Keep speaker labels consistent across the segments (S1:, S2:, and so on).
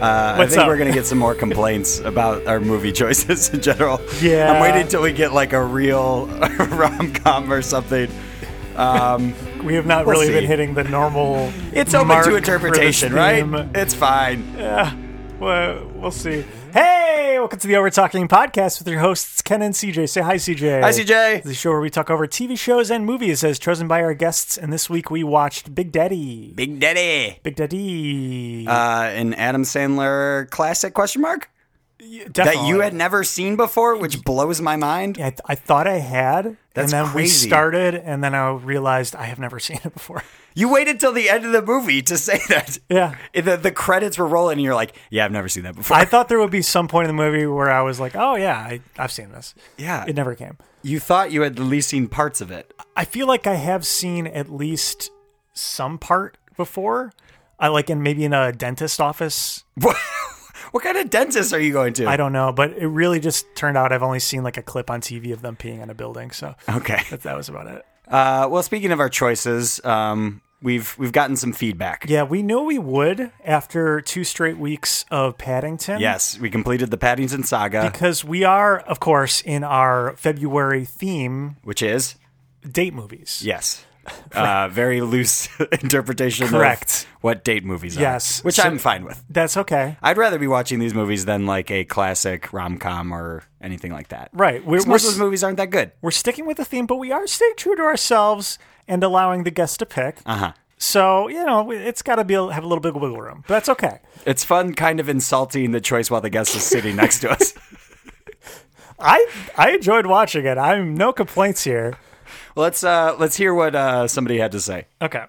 S1: Uh, I
S2: What's
S1: think
S2: up?
S1: we're gonna get some more complaints about our movie choices in general.
S2: Yeah.
S1: I'm waiting till we get like a real rom com or something. Um,
S2: We have not
S1: We'll
S2: really been
S1: see.
S2: hitting the normal.
S1: it's open
S2: mark for
S1: to
S2: this
S1: interpretation, right?
S2: theme.
S1: It's fine.
S2: Yeah. Well, we'll see. Hey, welcome to the Over Talking Podcast with your hosts, Ken and CJ. Say hi, CJ.
S1: Hi, CJ.
S2: The show where we talk over TV shows and movies as chosen by our guests. And this week we watched Big Daddy.
S1: Big Daddy.
S2: Big Daddy.
S1: Uh, an Adam Sandler classic? Question mark that
S2: Definitely.
S1: you had never seen before, which blows my mind.
S2: I, th- I thought I had.
S1: That's
S2: and then
S1: crazy.
S2: we started, and then I realized I have never seen it before.
S1: You waited till the end of the movie to say that.
S2: Yeah.
S1: The, the credits were rolling, and you're like, "Yeah, I've never seen that before."
S2: I thought there would be some point in the movie where I was like, oh, yeah, I, I've seen this.
S1: yeah,
S2: It never came.
S1: you thought you had at least seen parts of it.
S2: I feel like I have seen at least some part before. I like in maybe in a dentist office.
S1: What, what kind of dentist are you going to?
S2: I don't know, but it really just turned out I've only seen like a clip on TV of them peeing on a building. So
S1: Okay.
S2: that, that was about it.
S1: Uh, well, speaking of our choices, um, we've we've gotten some feedback.
S2: Yeah, we knew we would after two straight weeks of Paddington.
S1: Yes, we completed the Paddington saga,
S2: Because we are, of course, in our February theme
S1: which is
S2: date movies.
S1: yes, uh, very loose interpretation.
S2: Correct.
S1: Of what date movies? are,
S2: Yes.
S1: which
S2: So-
S1: I'm fine with.
S2: That's okay.
S1: I'd rather be watching these movies than like a classic rom com or anything like that.
S2: Right. We're,
S1: 'Cause
S2: we're,
S1: Most of those movies aren't that good.
S2: we're sticking with the theme, but we are staying true to ourselves and allowing the guests to pick.
S1: Uh huh.
S2: So you know it's got to be have a little bit of wiggle room, but that's okay.
S1: It's fun, kind of insulting the choice while the guest is sitting next to us.
S2: I I enjoyed watching it. I'm no complaints here.
S1: Let's uh, let's hear what uh, somebody had to say.
S2: Okay,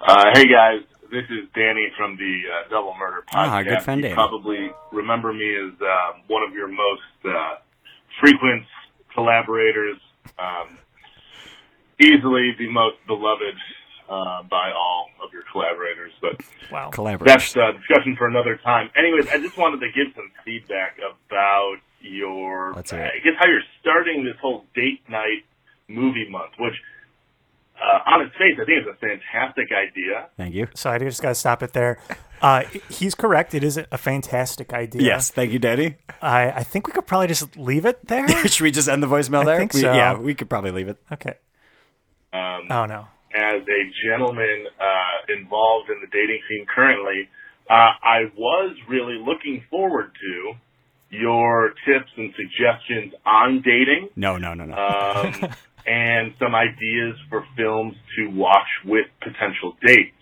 S3: Uh, hey guys, this is Danny from the uh, Double Murder podcast.
S1: Ah, good friend,
S3: You
S1: Danny.
S3: probably remember me as uh, one of your most uh, frequent collaborators, um, easily the most beloved uh, by all of your collaborators. But
S2: wow.
S1: Collaborate.
S3: that's uh, discussion for another time. Anyways, I just wanted to give some feedback about your,
S1: Let's hear it.
S3: I guess how you're starting this whole date night movie month, which. Uh, on its face, I think it's a fantastic idea.
S1: Thank you.
S2: So I just got to stop it there. Uh, he's correct. It is a fantastic idea.
S1: Yes, thank you, Danny.
S2: I, I think we could probably just leave it there.
S1: Should we just end the voicemail there?
S2: think
S1: We-
S2: so.
S1: Yeah, we could probably leave it.
S2: Okay.
S3: Um,
S2: Oh no.
S3: as a gentleman uh, involved in the dating scene currently, uh, I was really looking forward to your tips and suggestions on dating
S1: No, no, no, no.
S3: um, and some ideas for films to watch with potential dates.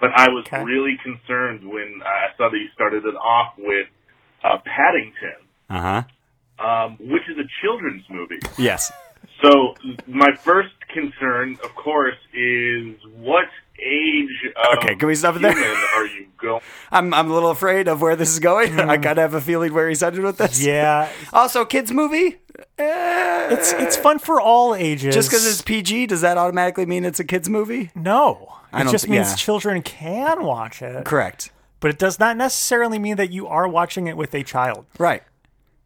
S3: But I was
S2: Okay.
S3: really concerned when I saw that you started it off with uh, Paddington,
S1: Uh huh.
S3: um, which is a children's movie.
S1: Yes.
S3: So my first concern, of course, is what age of
S1: Okay, can we stop it there?
S3: human are you going?
S1: I'm, I'm a little afraid of where this is going. I kind of have a feeling where he's headed with this.
S2: Mm. Yeah,
S1: Also, kids' movie? Eh,
S2: it's it's fun for all ages.
S1: just because it's PG, does that automatically mean it's a kids' movie?
S2: no,
S1: I
S2: it
S1: don't
S2: just
S1: thi-
S2: means
S1: yeah.
S2: children can watch it,
S1: Correct.
S2: but it does not necessarily mean that you are watching it with a child.
S1: Right.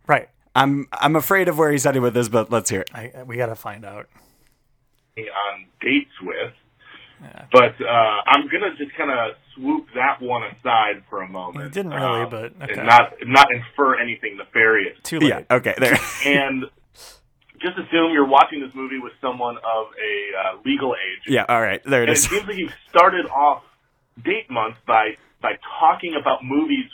S2: Right.
S1: I'm I'm afraid of where he's headed with this, but let's hear it.
S2: I, we got to find out.
S3: on dates with. But uh, I'm gonna just kind of swoop that one aside for a moment.
S2: You didn't really,
S3: um,
S2: but okay.
S3: and not not infer anything nefarious.
S2: Too late.
S1: Yeah. Okay. There.
S3: And just assume you're watching this movie with someone of a uh, legal age.
S1: yeah. All right. There it
S3: And it
S1: is.
S3: seems like you started off date month by by talking about movies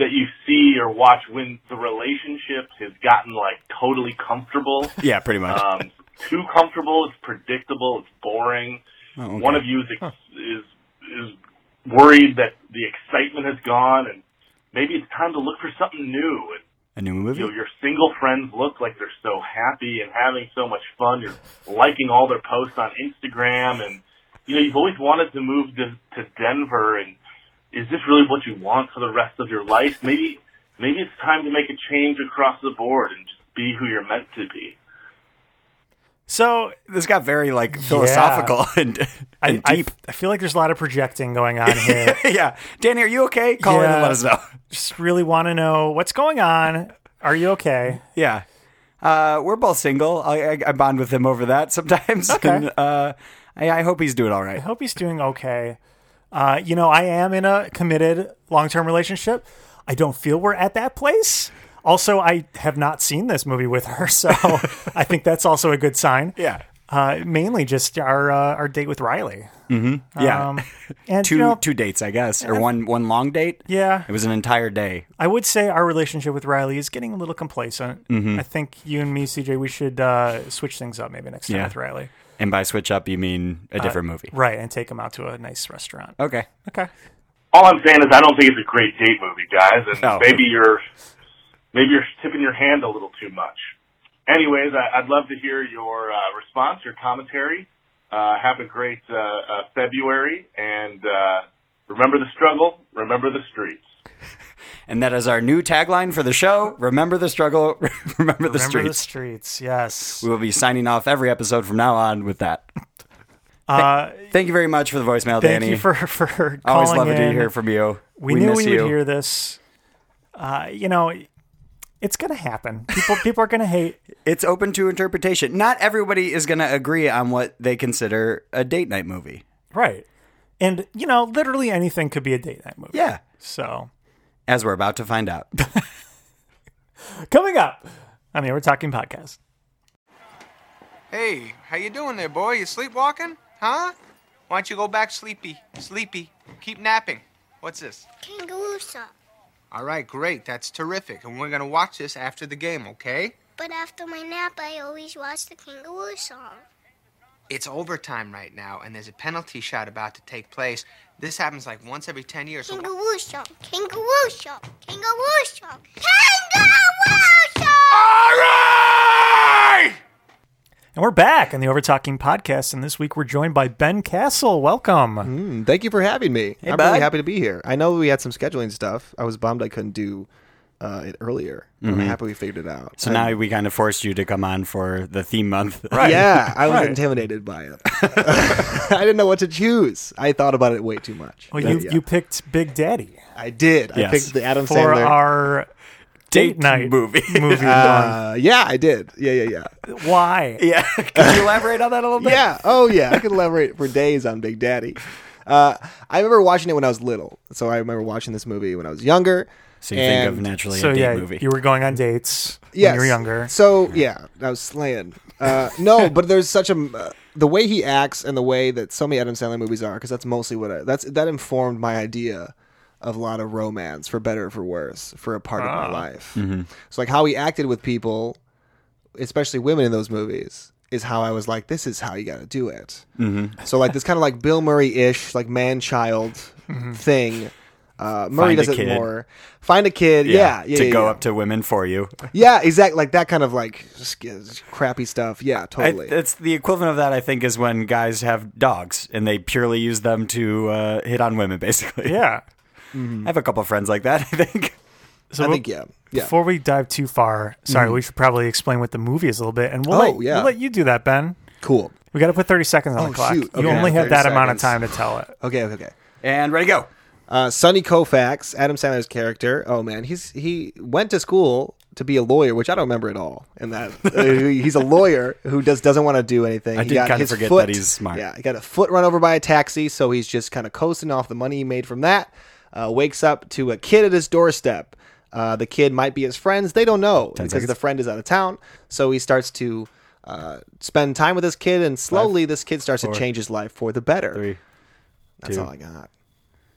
S3: that you see or watch when the relationship has gotten like totally comfortable.
S1: Yeah. Pretty much.
S3: Um, too comfortable. It's predictable. It's boring.
S1: Oh, okay.
S3: One of you is, ex- is is worried that the excitement has gone, and maybe it's time to look for something new. And
S1: a new
S3: you
S1: movie.
S3: know, your single friends look like they're so happy and having so much fun. You're liking all their posts on Instagram, and you know you've always wanted to move to, to Denver. And is this really what you want for the rest of your life? Maybe maybe it's time to make a change across the board and just be who you're meant to be.
S2: So
S1: This got very like philosophical and,
S2: I,
S1: and
S2: I,
S1: deep.
S2: I feel like there's a lot of projecting going on here.
S1: yeah. Danny, are you okay? Call in and
S2: Yeah.
S1: let us know.
S2: Just really want to know what's going on. Are you okay?
S1: Yeah. Uh, we're both single. I, I, I bond with him over that sometimes.
S2: Okay.
S1: And, uh, I, I hope he's doing all right.
S2: I hope he's doing okay. Uh, you know, I am in a committed long term relationship. I don't feel we're at that place. Also, I have not seen this movie with her, so I think that's also a good sign.
S1: Yeah.
S2: Uh, mainly just our uh, our date with Riley.
S1: Yeah.
S2: Um, and
S1: Uh, two
S2: you know,
S1: two dates, I guess, or one one long date.
S2: yeah,
S1: It was an entire day.
S2: I would say our relationship with Riley is getting a little complacent.
S1: Mm-hmm.
S2: I think you and me, CJ, we should uh, switch things up maybe next time
S1: Yeah.
S2: with Riley.
S1: And by switch up, you mean a
S2: Uh,
S1: different movie.
S2: Right, and take him out to a nice restaurant.
S1: Okay.
S2: Okay.
S3: All I'm saying is I don't think it's a great date movie, guys, and
S1: No.
S3: maybe you're maybe you're tipping your hand a little too much. Anyways, I, I'd love to hear your uh, response, your commentary. Uh, have a great uh, uh, February, and uh, remember the struggle, remember the streets.
S1: And that is our new tagline for the show. Remember the struggle, remember the
S2: Remember the
S1: streets.
S2: streets, yes.
S1: we will be signing off every episode from now on with that.
S2: Uh,
S1: Thank you very much for the voicemail,
S2: thank
S1: Danny.
S2: you for for calling
S1: Always love
S2: in.
S1: to hear from you.
S2: we, knew
S1: miss
S2: we
S1: you.
S2: would hear this. Uh, you know, it's gonna happen. People people are gonna hate.
S1: It's open to interpretation. Not everybody is going to agree on what they consider a date night movie.
S2: Right. And you know, literally anything could be a date night movie.
S1: Yeah,
S2: So
S1: as we're about to find out.
S2: coming up, I mean, we're talking podcast.
S4: Hey, how you doing there, boy? You sleepwalking? Huh? Why don't you go back sleepy? Sleepy. Keep napping. What's this?
S5: Kangaroo sock.
S4: All right, great. That's terrific. And we're gonna watch this after the game, okay?
S5: But after my nap, I always watch the kangaroo song.
S4: It's overtime right now, and there's a penalty shot about to take place. This happens like once every 10 years. So
S5: Kangaroo song. Kangaroo song. Kangaroo song. Kangaroo song.
S2: And we're back on the Over Talking podcast, and this week we're joined by Ben Castle. Welcome.
S6: Thank you for having me. I'm
S1: bud.
S6: really happy to be here. I know we had some scheduling stuff. I was bummed I couldn't do uh, it earlier. I'm happy we figured it out.
S1: Mm-hmm. So now we kind of forced you to come on for the theme month.
S6: I, yeah, I was intimidated by it. I didn't know what to choose. I thought about it way too much.
S2: Well,
S6: But
S2: you
S6: yeah,
S2: you picked Big Daddy
S6: I did.
S1: Yes.
S6: I picked the Adam
S2: for
S6: Sandler.
S2: our date night
S1: movie.
S2: movie.
S6: uh, yeah, I did. Yeah, yeah, yeah.
S2: Why?
S1: yeah. Can you elaborate on that a little bit?
S6: yeah. Oh, yeah. I could elaborate for days on Big Daddy. Uh, I remember watching it when I was little. So I remember watching this movie when I was younger.
S1: So you think of
S6: and-
S1: naturally
S2: So
S1: a date
S2: yeah,
S1: movie.
S2: you were going on dates
S6: yes.
S2: when you were younger.
S6: So yeah, I was slaying. Uh, no, but there's such a uh, the way he acts and the way that so many Adam Sandler movies are because that's mostly what I, that's that informed my idea of a lot of romance for better or for worse for a part of
S2: Ah.
S6: my life.
S1: Mm-hmm.
S6: So like how he acted with people, especially women in those movies. Is how I was like, this is how you got to do it. Mm-hmm. So like this kind of like Bill Murray ish, like man child
S2: Mm-hmm.
S6: thing. Uh, Murray
S1: Find a
S6: does it
S1: kid.
S6: more. Find a kid, yeah, yeah
S1: to
S6: yeah,
S1: go
S6: yeah.
S1: up to women for you.
S6: Yeah, exactly. Like that kind of like just g- crappy stuff. Yeah,
S1: I,
S6: totally.
S1: it's the equivalent of that, I think, is when guys have dogs and they purely use them to uh, hit on women, basically.
S2: Yeah.
S1: I have a couple friends like that, I think.
S2: So
S6: I
S2: we'll-
S6: think yeah, yeah. Mm-hmm.
S2: Before we dive too far, sorry, we should probably explain what the movie is a little bit, and we'll,
S6: Oh,
S2: let,
S6: yeah.
S2: we'll let you do that, Ben.
S6: cool.
S2: We got to put 30 seconds on
S6: Oh,
S2: the clock.
S6: shoot.
S2: You
S6: Okay,
S2: only have
S6: 30
S2: that amount of time
S6: seconds.
S2: to tell it.
S6: Okay, okay, okay.
S1: And ready, go.
S6: Uh, Sonny Koufax, Adam Sandler's character. Oh man, he's he went to school to be a lawyer, which I don't remember at all. And that uh, he's a lawyer who just doesn't want to do anything.
S1: I
S6: He
S1: did
S6: got
S1: kinda
S6: his
S1: forget
S6: foot-
S1: that he's smart.
S6: Yeah, he got a foot run over by a taxi, so he's just kind of coasting off the money he made from that. Uh, wakes up to a kid at his doorstep. Uh, the kid might be his friends. They don't know because
S1: seconds.
S6: the friend is out of town. So he starts to uh, spend time with this kid, and slowly this kid starts to change his life for the better.
S1: Three.
S6: That's
S1: two.
S6: all I got.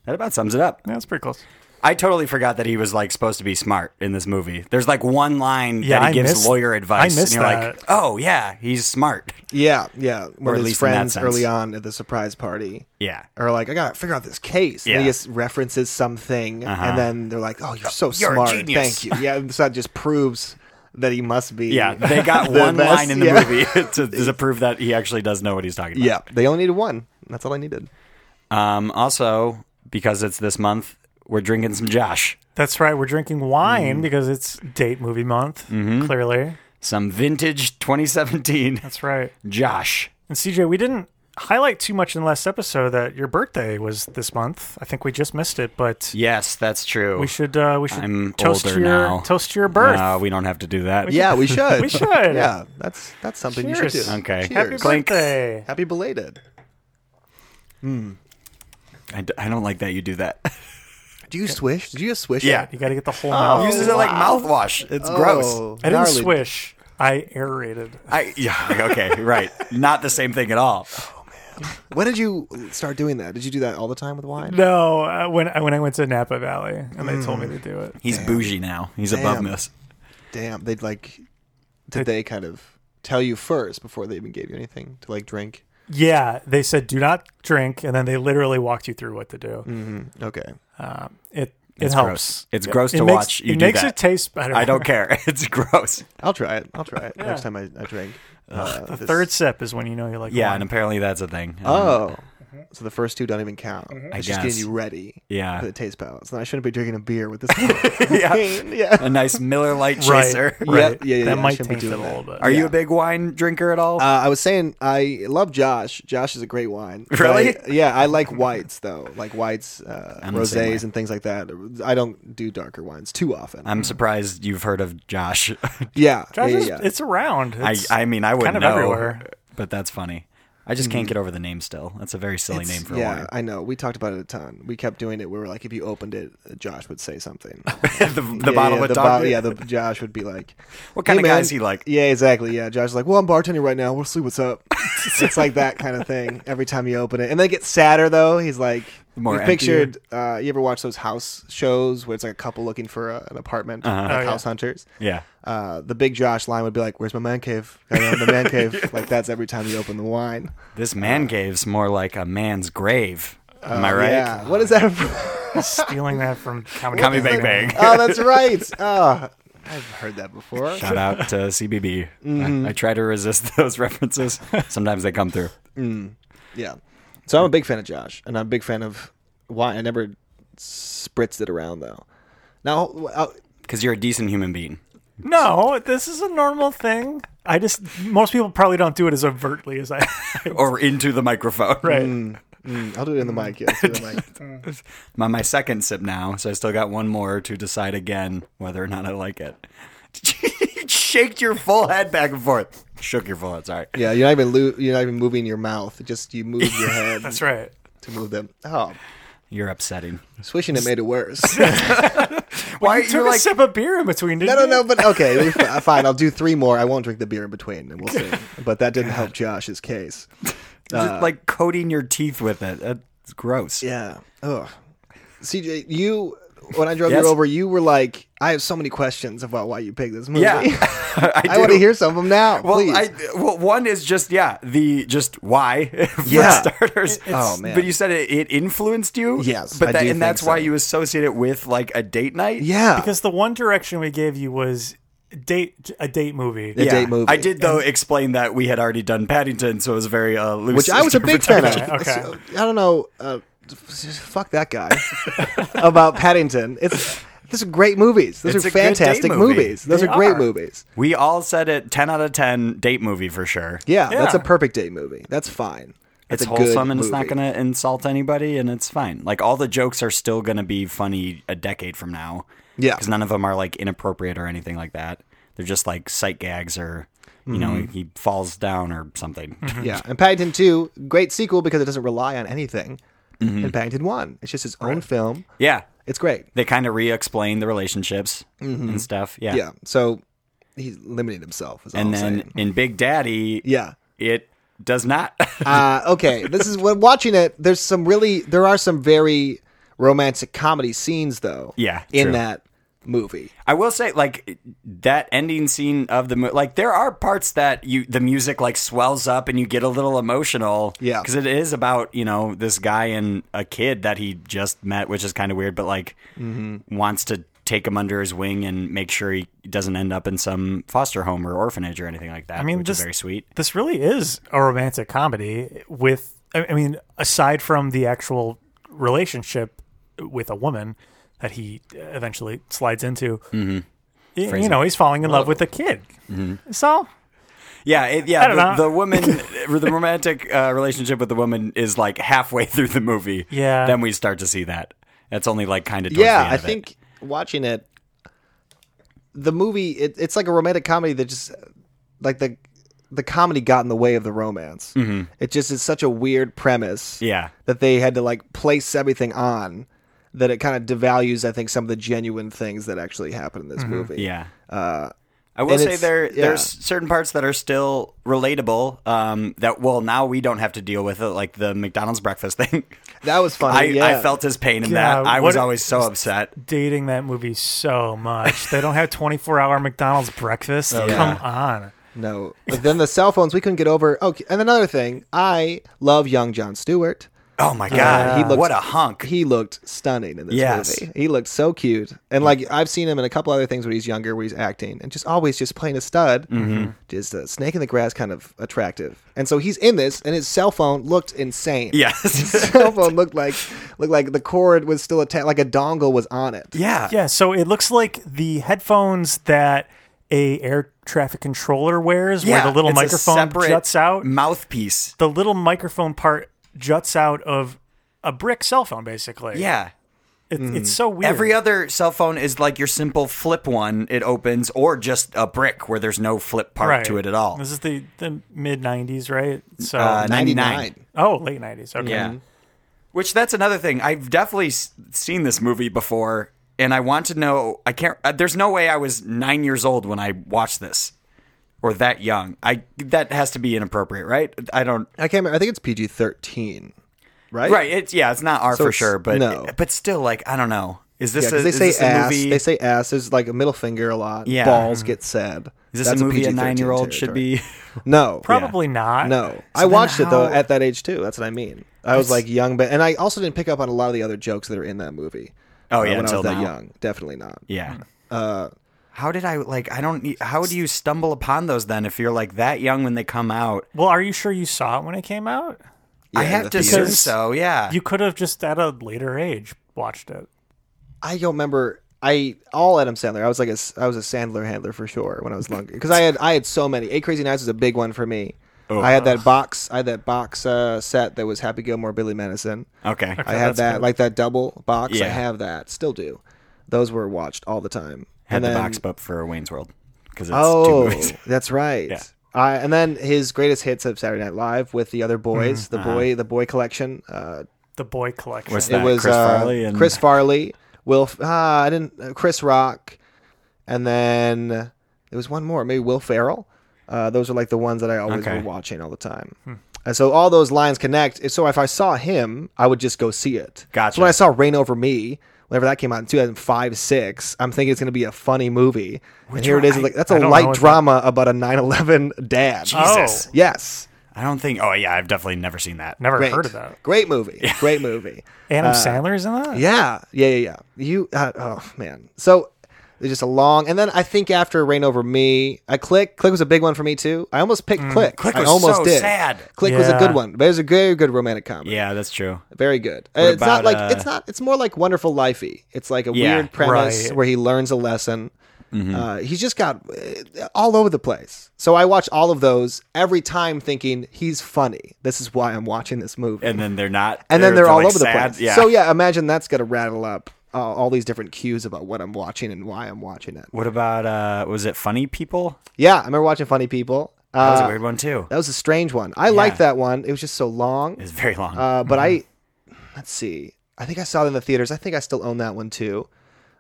S1: That about sums it up.
S2: Yeah, that's pretty close.
S1: I totally forgot that he was like supposed to be smart in this movie. There's like one line
S2: Yeah,
S1: that he
S2: I
S1: gives
S2: missed-
S1: lawyer advice,
S2: I missed
S1: and you're like,
S2: that.
S1: "Oh yeah, he's smart."
S6: Yeah,
S1: Or
S6: yeah.
S1: at
S6: One of his
S1: least in that
S6: friends
S1: sense.
S6: early on at the surprise party
S1: Yeah,
S6: are like, I gotta figure out this case. And
S1: Yeah. Uh-huh.
S6: he just references something and then they're like, Oh, you're so
S1: You're a
S6: smart.
S1: genius."
S6: Thank you. Yeah, and so that just proves that he must be
S1: yeah. They got
S6: the
S1: one
S6: best.
S1: line in the
S6: Yeah.
S1: movie to, to prove that he actually does know what he's talking about.
S6: Yeah. They only needed one. That's all I needed.
S1: Um, also, because it's this month, we're drinking some Josh,
S2: That's right. We're drinking wine
S1: Mm.
S2: because it's date movie month,
S1: Mm-hmm.
S2: clearly.
S1: some vintage 2017
S2: That's right.
S1: Josh.
S2: And CJ, we didn't highlight too much in the last episode that your birthday was this month. I think we just missed it, but
S1: Yes, that's true.
S2: we should uh, we should
S1: I'm
S2: toast
S1: older
S2: your
S1: now.
S2: toast your birth.
S1: No, we don't have to do that.
S6: Yeah, we should.
S2: We should.
S6: Yeah. That's that's something you should
S2: Cheers.
S6: do.
S1: Okay.
S6: Cheers.
S2: Happy
S1: Clink.
S2: birthday.
S6: Happy belated.
S1: I, d- I don't like that you do that.
S6: Do you swish? Did you just swish?
S1: Yeah.
S6: it?
S2: You got to get the whole mouth.
S1: Uses it like mouthwash. It's
S6: Oh,
S1: gross.
S2: I didn't
S6: gnarly.
S2: swish. I aerated.
S1: I yeah okay right. Not the same thing at all.
S6: When did you start doing that? Did you do that all the time with wine?
S2: No, uh, when I, when I went to Napa Valley and they told me
S1: Mm.
S2: to do it.
S1: He's bougie now. He's above
S6: Damn.
S1: this.
S6: Damn, they'd like. Did they kind of tell you first before they even gave you anything to like drink?
S2: Yeah, they said do not drink, and then they literally walked you through what to do.
S1: Mm.
S6: Okay.
S2: It it
S1: It's
S2: helps.
S1: gross. It's gross to
S2: makes-
S1: watch you
S2: it
S1: do
S2: makes
S1: that.
S2: it taste better.
S1: I don't care. It's gross.
S6: I'll try it. I'll try it next time I, I drink. Uh,
S2: The
S6: this-
S2: third sip is when you know you like.
S1: Yeah,
S2: wine.
S1: and apparently that's a thing. I don't know.
S6: Oh. So the first two don't even count. It's
S1: I
S6: just
S1: guess.
S6: getting you ready
S1: Yeah.
S6: for the taste palate. So I shouldn't be drinking a beer with this. yeah. yeah.
S1: a nice Miller Light
S2: right,
S1: chaser.
S2: right.
S6: Yeah, yeah, yeah,
S2: that
S6: I
S2: might
S6: shouldn't be
S2: taint it a
S6: doing that.
S2: little bit.
S1: Are you
S6: Yeah.
S1: a big wine drinker at all?
S6: Uh, I was saying I love Josh. Josh is a great wine. But
S1: Really?
S6: I- yeah, I like whites though, like whites, uh,
S1: I'm the same way.
S6: rosés, and things like that. I don't do darker wines too often.
S1: I'm surprised you've heard of Josh.
S6: yeah,
S2: Josh
S6: yeah,
S2: is-
S6: yeah.
S2: It's around.
S1: I,
S2: It's,
S1: I mean, I wouldn't
S2: kind of
S1: know,
S2: everywhere.
S1: but that's funny. I just can't get over the name still. That's a very silly name for
S6: Mm. yeah,
S1: a wine.
S6: I know. We talked about it a ton. We kept doing it. We were like, if you opened it, Josh would say something.
S1: the the
S6: yeah,
S1: bottle
S6: yeah,
S1: would
S6: the
S1: talk
S6: bo-
S1: to you.
S6: yeah, the Josh would be like,
S1: What kind
S6: "Hey,
S1: of guy
S6: man."
S1: is he like?
S6: Yeah, exactly. Yeah, Josh is like, well, I'm bartending right now. We'll see what's up. it's like that kind of thing every time you open it, and then it gets sadder though. He's like,
S1: more
S6: we've pictured. Uh, you ever watch those house shows where it's like a couple looking for a, an apartment, like
S2: Oh, yeah.
S6: House Hunters?
S1: Uh-huh. Yeah.
S6: Uh, the big Josh line would be like, "Where's my man cave?" And then the man cave, like that's every time you open the wine.
S1: This man
S6: Uh.
S1: cave's more like a man's grave. Am I right?
S6: Oh, Yeah. What is that? from?
S2: stealing that from Comedy,
S1: Comedy Bang
S2: Bang
S1: Bang.
S6: oh, that's right. Oh, I've heard that before.
S1: Shout out to CBB.
S6: Mm-hmm.
S1: I, I try to resist those references. Sometimes they come through.
S6: Yeah. So I'm a big fan of Josh, and I'm a big fan of wine. I never spritzed it around though. Now, uh,
S1: Because you're a decent human being.
S2: No, this is a normal thing. I just most people probably don't do it as overtly as I.
S1: Or into the microphone.
S2: right.
S6: Mm, I'll do it in the mic. Yeah, let's do it in the mic.
S1: I'm on my second sip now, so I still got one more to decide again whether or not I like it. You Shaked your full head back and forth. Shook your full head. Sorry.
S6: Yeah, you're not even lo- you're not even moving your mouth. Just you move your head
S2: That's right.
S6: to move them. Oh,
S1: You're upsetting.
S6: swishing it made it worse.
S1: Why
S2: You took a sip of beer in between, didn't
S6: I don't
S2: you?
S6: know, but okay, we- f- fine. I'll do three more. I won't drink the beer in between, and we'll see. But that didn't help Josh's case.
S1: just like coating your teeth with it? That's gross.
S6: Uh, Yeah. Ugh. CJ, you when I drove
S1: Yes?
S6: you over, you were like, "I have so many questions about why you picked this movie.
S1: Yeah. I,
S6: I want to hear some of them now,
S1: Well,
S6: please."
S1: I, well, one is just yeah, the just why for
S6: Yeah.
S1: starters.
S6: Oh, man.
S1: But you said it, it influenced you.
S6: Yes,
S1: but
S6: I
S1: that,
S6: do
S1: and
S6: think
S1: that's why
S6: so.
S1: you associate it with like a date night.
S6: yeah,
S2: Because the one direction we gave you was date a date movie.
S6: Yeah. date movie.
S1: I did though explain that we had already done Paddington, so it was very uh, loose.
S6: which I was a big fan of.
S1: interpretation.
S2: Okay.
S6: So, I don't know. Uh, fuck that guy about Paddington. It's those are great movies. Those
S1: It's
S6: are
S1: a good date
S6: fantastic
S1: movie.
S6: movies. Those
S2: They
S6: are great
S2: are.
S6: movies.
S1: We all said it. Ten out of ten date movie for sure.
S6: Yeah, that's a
S2: Yeah.
S6: perfect date movie. That's fine. That's
S1: It's
S6: a good
S1: wholesome and it's not
S6: movie.
S1: going to insult anybody, and it's fine. Like all the jokes are still going to be funny a decade from now.
S6: Yeah.
S1: because none of them are like inappropriate or anything like that. They're just like sight gags or you know
S6: Mm-hmm.
S1: he falls down or something.
S6: Yeah, and Paddington Two, great sequel because it doesn't rely on anything.
S1: Mm-hmm.
S6: And Paddington One, it's just his own film.
S1: yeah,
S6: It's great.
S1: they kind of re-explain the relationships and stuff. Yeah,
S6: Mm-hmm. Yeah, so he's limiting himself. Is all
S1: and
S6: I'm
S1: then
S6: saying.
S1: in Big Daddy,
S6: yeah.
S1: it does not.
S6: Uh, okay, this is when watching it. There's some really, there are some very romantic comedy scenes though.
S1: Yeah,
S6: in
S1: true.
S6: that movie.
S1: I will say, like that ending scene of the mo- like, there are parts that you the music like swells up and you get a little emotional.
S6: Yeah.
S1: because it is about you know this guy and a kid that he just met, which is kind of weird, but like
S6: Mm-hmm.
S1: wants to take him under his wing and make sure he doesn't end up in some foster home or orphanage or anything like that. I
S2: mean,
S1: which is
S2: this-
S1: very sweet.
S2: This really is a romantic comedy with I I mean aside from the actual relationship with a woman that he eventually slides into.
S1: Mm-hmm.
S2: y- You,
S1: Phrasing.
S2: know, he's falling in love with a kid.
S1: Mm-hmm.
S2: So
S1: Yeah, it,
S2: I don't know.
S1: yeah. The, the woman, the romantic uh, relationship with the woman is like halfway through the movie.
S2: Yeah.
S1: then we start to see that. That's only like kind of
S6: yeah, I think watching it, the movie, it, it's like a romantic comedy that just like the the comedy got in the way of the romance. It just is such a weird premise
S1: Mm-hmm. Yeah.
S6: that they had to like place everything on that it kind of devalues I think some of the genuine things that actually happen in this movie.
S1: Mm-hmm. Yeah.
S6: Uh,
S1: I will
S6: And
S1: say
S6: it's-
S1: there
S6: yeah.
S1: there's certain parts that are still relatable. Um, that well now we don't have to deal with it, like the McDonald's breakfast thing.
S6: that was funny.
S1: I,
S6: Oh, yeah.
S1: I felt his pain in
S2: Yeah,
S1: that. I
S2: what
S1: was
S2: a-
S1: always so upset.
S2: Dating that movie so much. They don't have 24 hour McDonald's breakfast.
S1: Oh,
S2: Come on.
S6: No. But then the cell phones we couldn't get over. Okay. And another thing, I love young John Stewart. Uh,
S1: Oh my god,
S6: he looked-
S1: what a hunk!
S6: He looked stunning in this
S1: Yes.
S6: movie. He looked so cute. And like I've seen him in a couple other things where he's younger, where he's acting, and just always just playing a stud, mm-hmm. just a snake in the grass, kind of attractive. And so he's in this, and his cell phone looked insane.
S1: yes,
S6: cell phone looked like looked like the cord was still attached, like a dongle was on it.
S1: yeah,
S2: Uh, Yeah, so it looks like the headphones that a air traffic controller wears, where the little
S1: it's a
S2: microphone
S1: separate
S2: juts out.
S1: mouthpiece.
S2: The little microphone part juts out of a brick cell phone, basically.
S1: Yeah,
S2: It, It's so weird.
S1: every other cell phone is like your simple flip one. It opens or just a brick where there's no flip part
S2: right.
S1: to it at all.
S2: This is the, the mid 90s, right? So,
S1: Uh, 99.
S2: oh, late 90s. Okay.
S1: Yeah. Which that's another thing. I've definitely s- seen this movie before, and I want to know. I can't. Uh, there's no way I was nine years old when I watched this, or that young. I that has to be inappropriate, right? I don't.
S6: I can't. remember. I think it's PG thirteen, right?
S1: Right. It's yeah. It's not R for
S6: it's-
S1: sure, but
S6: no.
S1: but still, like I don't know. Is this
S6: Yeah, 'cause
S1: a,
S6: they
S1: is
S6: say
S1: this a
S6: ass.
S1: movie?
S6: They say ass. There's like a middle finger a lot.
S1: Yeah.
S6: Balls get said.
S1: is this a movie a nine year old should be?
S6: No.
S2: Probably not.
S6: No. I
S1: then
S6: watched it though
S1: how-
S6: at that age too. That's what I mean. I was like young, but and I also didn't pick up on a lot of the other jokes that are in that movie.
S1: Oh,
S6: uh,
S1: yeah,
S6: when I
S1: until
S6: was that
S1: now.
S6: young, definitely not.
S1: Yeah. Uh, how did I like? I don't. How do you stumble upon those then? If you're like that young when they come out,
S2: Well, are you sure you saw it when it came out?
S1: I
S6: Yeah,
S1: have
S6: the
S1: to assume
S6: theaters.
S1: so. Yeah.
S2: You could have just at a later age watched it.
S6: I don't remember. I all Adam Sandler. I was like a s- I was a Sandler handler for sure when I was younger because I had I had so many. Eight Crazy Nights was a big one for me.
S1: Oh,
S6: I had that box. I had that box uh, set that was Happy Gilmore, Billy Madison.
S1: okay.
S6: I had
S2: that's
S6: that
S2: good.
S6: like that double box. I
S1: Yeah.
S6: have that. Still do. Those were watched all the time.
S1: had
S6: and
S1: the
S6: then,
S1: box but for Wayne's World because it's two
S6: Oh,
S1: movies.
S6: that's right.
S1: Yeah.
S6: Uh, and then his greatest hits of Saturday Night Live with the other boys,
S1: Mm-hmm.
S6: the
S1: Uh-huh.
S6: boy, the boy collection. Uh,
S2: The Boy Collection.
S1: What's
S6: it
S1: that?
S6: was
S1: Chris
S6: uh,
S1: Farley and
S6: Chris Farley, Will. F- Ah, I didn't. Uh, Chris Rock, and then there was one more, maybe Will Ferrell. Uh, those are like the ones that I always
S1: Okay.
S6: were watching all the time.
S2: Hmm.
S6: And so all those lines connect. So if I saw him, I would just go see it.
S1: Gotcha.
S6: So when I saw Rain Over Me, whenever that came out in 2005, 6, I'm thinking it's going to be a funny movie. and here it is.
S2: one?
S6: like, that's
S2: I
S6: a
S2: don't know
S6: light
S2: if that-
S6: drama about a 9 11 dad.
S1: Jesus.
S2: Oh,
S6: Yes.
S1: I don't think. Oh yeah, I've definitely never seen that.
S2: never
S6: Great.
S2: heard of that.
S6: Great movie. Great movie.
S2: Adam Sandler's in that?
S6: Yeah, yeah, yeah, yeah. You, uh, oh man. So there's just a long, and then I think after Rain Over Me, I click. Click was a big one for me too. I almost picked Click.
S1: Mm, Click
S6: I
S1: was
S6: almost
S1: so
S6: did.
S1: sad.
S6: Click was a
S2: Yeah.
S6: good one. But it was a very good romantic comedy.
S1: Yeah, that's true.
S6: very good. Uh, it's not
S1: about,
S6: like
S1: uh,
S6: it's not. It's more like Wonderful Lifey. It's like a
S1: Yeah,
S6: weird premise
S2: right.
S6: where he learns a lesson. Uh, he's just got uh, all over the place. So I watch all of those every time, thinking he's funny. This is why I'm watching this movie
S1: And then they're not.
S6: and then they're, all
S1: like,
S6: over the
S1: sad.
S6: place.
S1: Yeah.
S6: So yeah, imagine that's gonna rattle up uh, all these different cues about what I'm watching and why I'm watching it.
S1: What about uh was it Funny People?
S6: Yeah, I remember watching Funny People. Uh,
S1: That was a weird one too.
S6: that was a strange one. I liked that one. It was just so long.
S1: It's very long.
S6: Uh, but
S1: Mm-hmm.
S6: I, let's see. I think I saw it in the theaters. I think I still own that one too.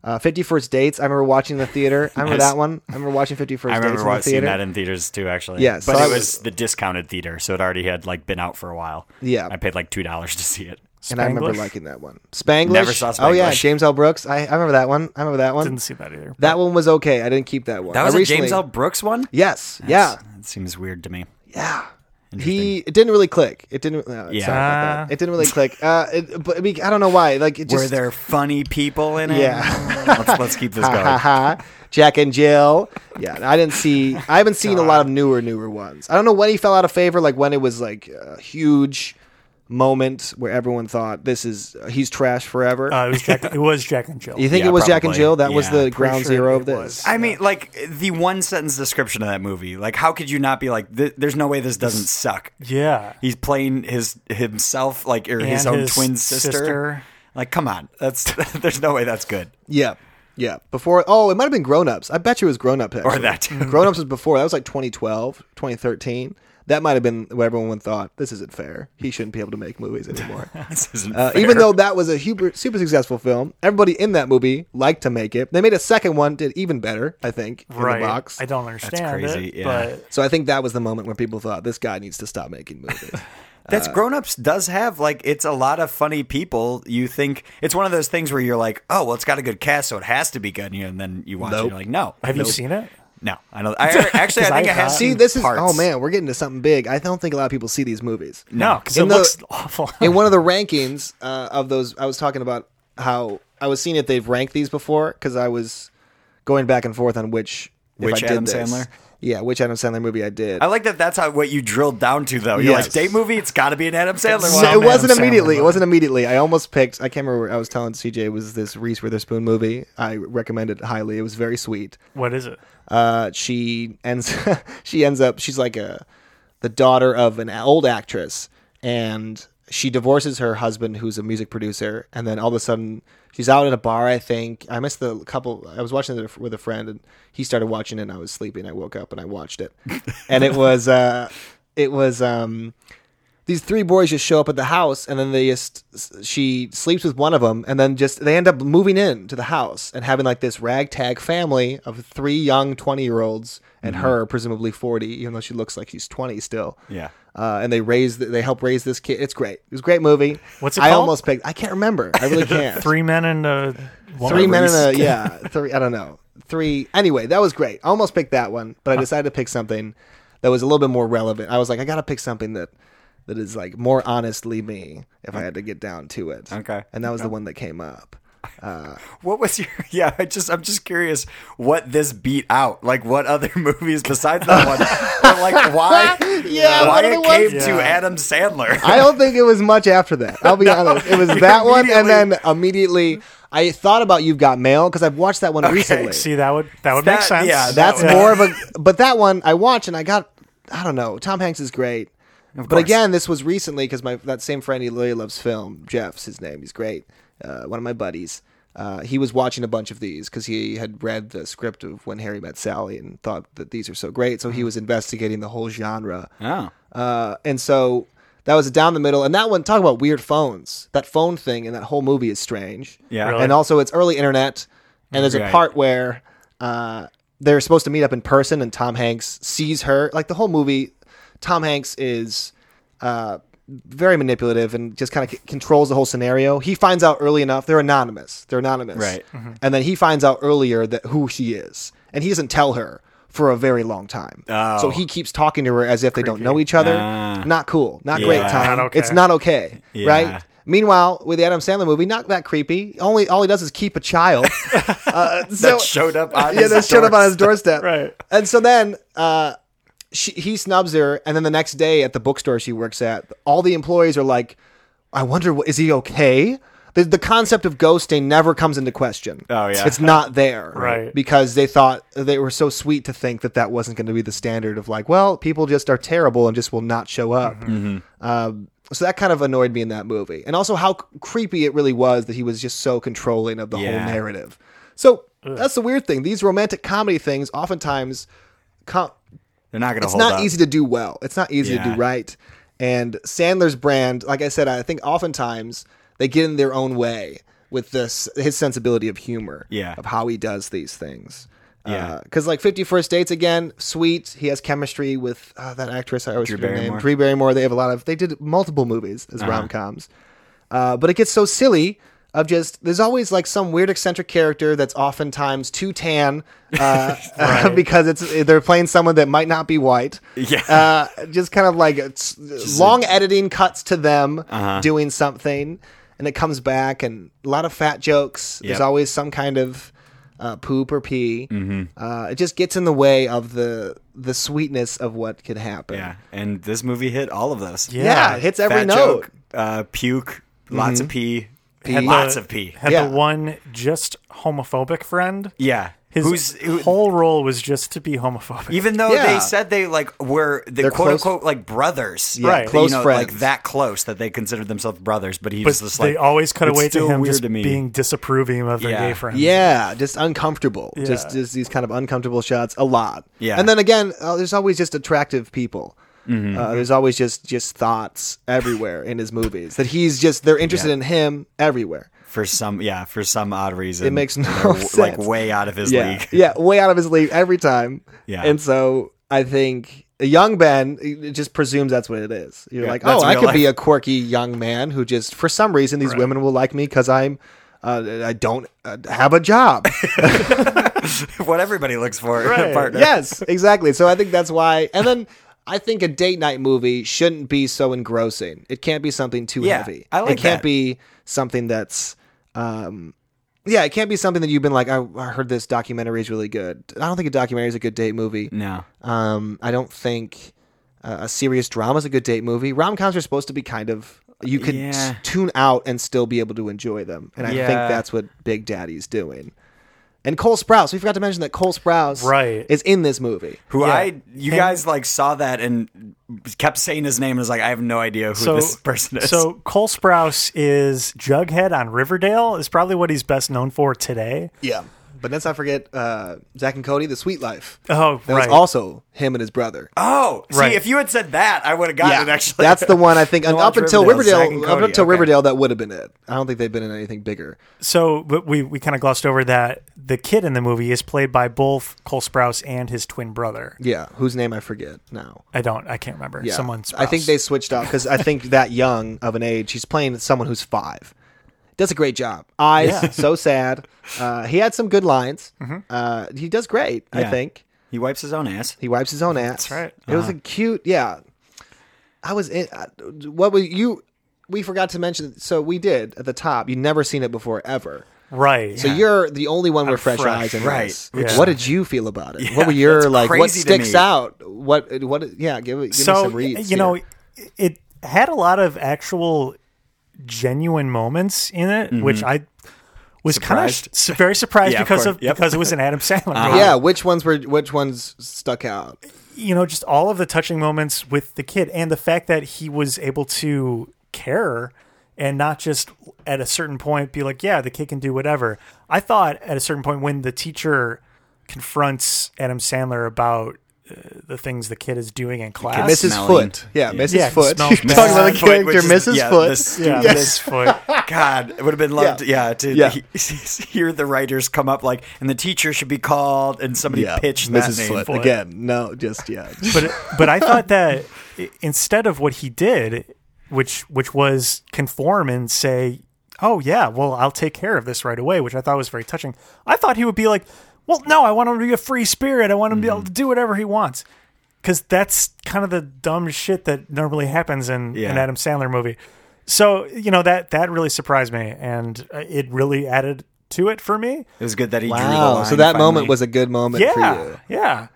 S6: Uh, Fifty First Dates. I remember watching in the theater. I remember
S1: Nice.
S6: that one. I remember watching Fifty First
S1: I
S6: Dates
S1: remember
S6: in
S1: wa-
S6: the
S1: seeing
S6: theater.
S1: that in theaters too, actually.
S6: Yeah,
S1: but
S6: so
S1: it
S6: I
S1: was,
S6: was-
S1: the discounted theater, so it already had like been out for a while.
S6: Yeah.
S1: I paid like two dollars to see it.
S6: and I remember
S2: Spanglish?
S6: liking that one. Spanglish.
S1: Never saw
S6: Oh yeah,
S1: Spanglish.
S6: James L. Brooks. I, I remember that one. I remember that one.
S2: Didn't see that either.
S6: that one was okay. I didn't keep that one.
S1: That
S6: I
S1: was a
S6: recently-
S1: James L. Brooks one.
S6: Yes. yeah.
S1: That seems weird to me.
S6: Yeah. He it didn't really click. It didn't. uh, No, yeah,
S1: Yeah.
S6: it didn't really click. Uh, it, but I, mean, I don't know why. Like it just
S1: Were there funny people in it?
S6: Yeah.
S1: let's, let's keep this
S6: ha, ha,
S1: going.
S6: ha. Jack and Jill. Yeah, I didn't see. I haven't seen a lot of newer newer ones. I don't know when he fell out of favor. Like when it was like a huge moment where everyone thought this is he's trash forever.
S2: Uh, it was Jack. it was Jack and Jill.
S6: you think
S1: yeah,
S6: it was Jack and
S1: probably.
S6: Jill? That was
S1: Yeah,
S6: the
S1: pretty
S6: ground
S2: sure
S6: zero
S2: it
S6: of this.
S2: was.
S1: I mean, like the one sentence description of that movie. Like, how could you not be like, "Th- "There's no way this doesn't suck."
S2: Yeah.
S1: He's playing his himself, like or his
S2: And
S1: own
S2: his
S1: twin sister.
S2: sister.
S1: Like, come on, that's there's no way that's good.
S6: Yeah. Yeah, before. Oh, it might have been Grown Ups. I bet you it was Grown Up.
S1: Or that too.
S6: Grown Ups was before. That was like 2012, 2013. That might have been what everyone thought. This isn't fair. He shouldn't be able to make movies anymore.
S1: This isn't
S6: Uh,
S1: fair.
S6: even though that was a super, super successful film, everybody in that movie liked to make it. They made a second one, did even better, I think, in
S2: right.
S6: the box.
S2: I don't understand.
S1: crazy,
S2: It,
S1: yeah.
S2: But
S6: So I think that was the moment where people thought this guy needs to stop making movies.
S1: That's Grown Ups does have like it's a lot of funny people. You think it's one of those things where you're like, oh well, it's got a good cast, so it has to be good. You know, and then you watch it,
S6: Nope.
S1: you're like, no,
S2: have you
S1: Nope.
S2: seen it?
S1: No, I don't. I, actually, I
S2: 'Cause
S1: think I
S2: I
S1: have.
S2: have.
S6: see,
S1: seen
S6: this is
S1: parts.
S6: oh man, we're getting to something big. I don't think a lot of people see these movies.
S2: No, because it
S6: In the-
S2: looks awful.
S6: in one of the rankings uh, of those, I was talking about how I was seeing if they've ranked these before because I was going back and forth on which if
S1: Which
S6: I did
S1: Adam
S6: this.
S1: Sandler?
S6: Yeah, which Adam Sandler movie I did.
S1: I like that. That's how what you drilled down to though. You're like
S6: Yes.
S1: date movie. It's got to be an Adam Sandler
S6: So
S1: one.
S2: Wow,
S6: it
S2: man,
S6: wasn't
S2: I'm sounding
S6: immediately. It
S2: like-
S6: wasn't immediately. I almost picked. I can't remember. I was telling CJ it was this Reese Witherspoon movie. I recommend it highly. It was very sweet.
S2: what is it?
S6: Uh, she ends. she ends up. She's like a the daughter of an old actress, and she divorces her husband, who's a music producer. And then all of a sudden, she's out at a bar. I think I missed the couple. I was watching it with a friend, and he started watching it. and I was sleeping. I woke up and I watched it, and it was. Uh, it was. Um, these three boys just show up at the house and then they just she sleeps with one of them and then just they end up moving in to the house and having like this ragtag family of three young 20 year olds and
S2: Mm-hmm.
S6: her presumably 40 even though she looks like she's 20 still
S1: Yeah.
S6: uh, and they raise they help raise this kid it's great it was a great movie
S2: What's it
S6: i
S2: called?
S6: almost picked i can't remember i really can't
S2: Three men and a woman.
S6: three men in a yeah three i don't know three anyway that was great i almost picked that one but i decided to pick something that was a little bit more relevant i was like i gotta pick something that that is like more honestly me if i had to get down to it
S1: Mm. Okay.
S6: and that was the one that came up
S1: What was your? Yeah, I just I'm just curious what this beat out. Like what other movies besides that one? are like why?
S6: Yeah,
S1: why
S6: what are the
S1: it
S6: ones-
S1: came to Adam Sandler?
S6: I don't think it was much after that. I'll be honest. It was that one, and then immediately I thought about "You've Got Mail" because I've watched that one recently.
S2: See, that would that would
S1: That-
S2: make sense.
S1: yeah, that-
S6: That's
S1: one.
S6: more of a. But that one I watch and I got. I don't know. Tom Hanks is great. But
S1: course.
S6: again, this was recently because my that same friend he really loves film. Jeff's his name. He's great. Uh, one of my buddies. Uh, he was watching a bunch of these because he had read the script of When Harry Met Sally and thought that these are so great.
S1: Mm-hmm.
S6: So he was investigating the whole genre.
S1: oh,
S6: Uh, and so that was down the middle. And that one, talk about weird phones. That phone thing and that whole movie is strange.
S1: Yeah.
S2: Really?
S6: And also, it's early internet. And there's
S1: Right.
S6: a part where uh, they're supposed to meet up in person, and Tom Hanks sees her. Like the whole movie, Tom Hanks is uh, very manipulative and just kind of c- controls the whole scenario. He finds out early enough. They're anonymous. They're anonymous.
S1: Right.
S6: And then he finds out earlier that who she is, and he doesn't tell her for a very long time.
S1: Oh,
S6: So he keeps talking to her as if they don't know each other. not cool. Not great
S1: Ah. Yeah.
S6: time.
S2: Not okay.
S6: It's not okay.
S1: Yeah.
S6: Right. Meanwhile, with the Adam Sandler movie, not that creepy. Only all he does is keep a child. uh, so,
S1: that showed up on
S6: yeah,
S1: his
S6: that showed up on his
S1: doorstep.
S6: doorstep.
S2: Right.
S6: And so then uh, she, he snubs her, and then the next day at the bookstore she works at, all the employees are like, "I wonder, wh- is he okay?" The, the concept of ghosting never comes into question.
S1: Oh, yeah.
S6: it's not there,
S2: Right.
S6: Because they thought they were so sweet to think that that wasn't going to be the standard of like, well, people just are terrible and just will not show up.
S1: Mm-hmm.
S6: Um, so that kind of annoyed me in that movie, and also how c- creepy it really was that he was just so controlling of the
S1: Yeah.
S6: whole narrative. So that's the weird thing; these romantic comedy things oftentimes, com-
S1: They're not gonna.
S6: it's
S1: hold
S6: not
S1: up.
S6: easy to do well. It's not easy to
S1: Yeah.
S6: do right. And Sandler's brand, like I said, I think oftentimes they get in their own way with this his sensibility of humor,
S1: Yeah.
S6: of how he does these things.
S1: Yeah.
S6: because like Fifty First Dates again, sweet. He has chemistry with uh, that actress. I always
S1: Drew
S6: forget her name.
S1: Barrymore. Uh-huh.
S6: Drew Barrymore. They have a lot of. They did multiple movies as rom coms, uh, but it gets so silly. Of just there's always like some weird eccentric character that's oftentimes too tan uh, because it's they're playing someone that might not be white
S1: Yeah.
S6: uh, just kind of like it's long editing cuts to them
S1: Uh-huh.
S6: doing something, and it comes back and a lot of fat jokes. There's
S1: Yep.
S6: always some kind of uh, poop or pee.
S1: Mm-hmm.
S6: Uh, it just gets in the way of the the sweetness of what could happen.
S1: Yeah, and this movie hit all of those.
S6: yeah, it hits every
S1: Fat
S6: note. Mm-hmm.
S1: joke, uh, puke, lots of pee,
S6: pee.
S2: had the-
S1: Lots of pee.
S2: Had
S6: Yeah.
S2: the one just homophobic friend.
S1: Yeah.
S2: His
S1: Who's who,
S2: whole role was just to be homophobic.
S1: even though
S6: Yeah.
S1: they said they like were the
S6: They're
S1: quote
S6: close-
S1: unquote like brothers,
S6: Yeah,
S2: Right.
S6: close
S1: you know,
S6: friends.
S1: like that close that they considered themselves brothers, but he
S2: but
S1: was just like
S2: they always cut
S1: "It's
S2: away to
S1: still
S2: him
S1: weird
S2: just
S1: to me.
S2: being disapproving of their
S1: Yeah.
S2: gay friends.
S6: Yeah, just uncomfortable.
S2: Yeah.
S6: Just just these kind of uncomfortable shots a lot.
S1: Yeah. Mm-hmm.
S6: and then again, uh, there's always just attractive people. Uh, there's always just just thoughts everywhere in his movies that he's just they're interested in him everywhere.
S1: for some yeah for some odd reason
S6: It makes no
S1: they're w- like
S6: sense.
S1: way out of his
S6: yeah,
S1: league.
S6: yeah, way out of his league every time.
S1: Yeah.
S6: and so I think a young Ben it just presumes that's what it is. You're
S1: Yeah,
S6: like,
S1: that's
S6: oh, I
S1: real
S6: could be
S1: life."
S6: a quirky young man who just for some reason these women will like me because I'm. Uh, I don't uh, have a job.
S1: what everybody looks for in
S2: Right.
S1: a partner.
S6: yes, exactly. So I think that's why. And then I think a date night movie shouldn't be so engrossing. It can't be something too
S1: Yeah,
S6: heavy.
S1: I like
S6: it can't
S1: that.
S6: be something that's. Um, yeah, it can't be something that you've been like. I, I heard this documentary is really good. I don't think a documentary is a good date movie.
S1: No.
S6: Um, I don't think uh, a serious drama is a good date movie. Rom coms are supposed to be kind of you could
S1: Yeah.
S6: s- tune out and still be able to enjoy them, and I
S1: Yeah.
S6: think that's what Big Daddy's doing. And Cole Sprouse, we forgot to mention that Cole Sprouse
S2: Right.
S6: is in this movie.
S1: Who
S2: Yeah.
S1: I you guys like saw that and kept saying his name and was like I have no idea who
S2: So
S1: this person is.
S2: So Cole Sprouse is Jughead on Riverdale is probably what he's best known for today.
S6: Yeah. But let's not forget uh, Zach and Cody, The Sweet Life.
S2: Oh,
S6: That was
S2: right.
S6: also him and his brother.
S1: oh,
S2: Right.
S1: see if you had said that I would have gotten it actually.
S6: that's the one I think. and up
S1: watch
S6: until
S1: Riverdale,
S6: Riverdale,
S1: Zack and
S6: up
S1: Cody,
S6: until
S1: okay.
S6: Riverdale, that would have been it. I don't think they've been in anything bigger.
S2: So, but we we kind of glossed over that the kid in the movie is played by both Cole Sprouse and his twin brother.
S6: Yeah, whose name I forget now.
S2: I don't, I can't remember.
S6: Yeah.
S2: Someone.
S6: I think
S2: Sprouse.
S6: they switched off because I think that young of an age, he's playing someone who's five. Does a great job. Eyes
S2: Yeah.
S6: so sad. Uh, he had some good lines. Uh, he does great. I
S1: Yeah.
S6: think
S1: He wipes his own ass.
S6: he wipes his own ass.
S2: That's right.
S6: It was a cute. Yeah, I was in. I- What was you? We forgot to mention. So we did at the top. You never seen it before ever.
S2: right.
S6: So you're the only one with fresh,
S2: fresh,
S6: eyes and
S1: right.
S6: ears.
S2: Which-
S6: What did you feel about it?
S1: Yeah,
S6: what were your
S1: that's
S6: like? What
S1: crazy to
S6: sticks
S1: me.
S6: out? What? What? Yeah, give, it- give me
S2: so
S6: some reads.
S2: you know,
S6: here.
S2: it had a lot of actual genuine moments in it, which I was kind of
S1: Surprised?
S2: very surprised
S1: Mm-hmm. Yeah, of
S2: because
S1: course.
S2: of,
S1: Yep.
S2: because it was an Adam Sandler. movie.
S6: Uh-huh. yeah, which ones were which ones stuck out?
S2: you know, just all of the touching moments with the kid and the fact that he was able to care and not just at a certain point be like, yeah, the kid can do whatever. I thought at a certain point when the teacher confronts Adam Sandler about uh, the things the kid is doing in class,
S1: Miss
S6: Mrs.
S1: Smelling.
S6: Foot. Yeah, Mrs.
S2: Yeah,
S6: Foot. You're
S2: smells
S6: talking
S2: bad.
S6: about the
S1: Mrs. Foot,
S6: character
S1: which is-
S6: Mrs.
S1: yeah,
S6: Foot.
S1: this-
S2: yeah,
S1: Yes.
S2: Miss Foot.
S1: God, it would have been loved,
S6: Yeah.
S1: yeah, to
S6: Yeah.
S1: he- hear the writers come up like, and the teacher should be called, and somebody pitched that
S6: Mrs.
S1: name.
S6: Foot. Again, no, just yeah.
S2: but it- but I thought that i- instead of what he did, which which was conform and say, "Oh yeah, well I'll take care of this right away," which I thought was very touching. I thought he would be like, "Well, no, I want him to be a free spirit. I want him to be able to do whatever he wants." Because that's kind of the dumb shit that normally happens in
S1: Yeah.
S2: an Adam Sandler movie. So you know that that really surprised me, and uh, it really added to it for me.
S1: It was good that he drew the
S6: Wow.
S1: line.
S6: So that
S1: finally.
S6: moment was a good moment for you.
S2: Yeah, yeah.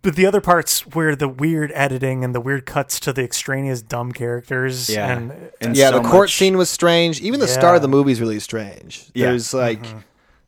S2: But the other parts where the weird editing and the weird cuts to the extraneous dumb characters,
S1: Yeah.
S2: and
S1: And
S6: Yeah,
S1: so
S6: the court
S1: much-
S6: scene was strange. Even the start
S2: Yeah.
S6: of the movie is really strange.
S1: Yeah. Mm-hmm.
S6: There's like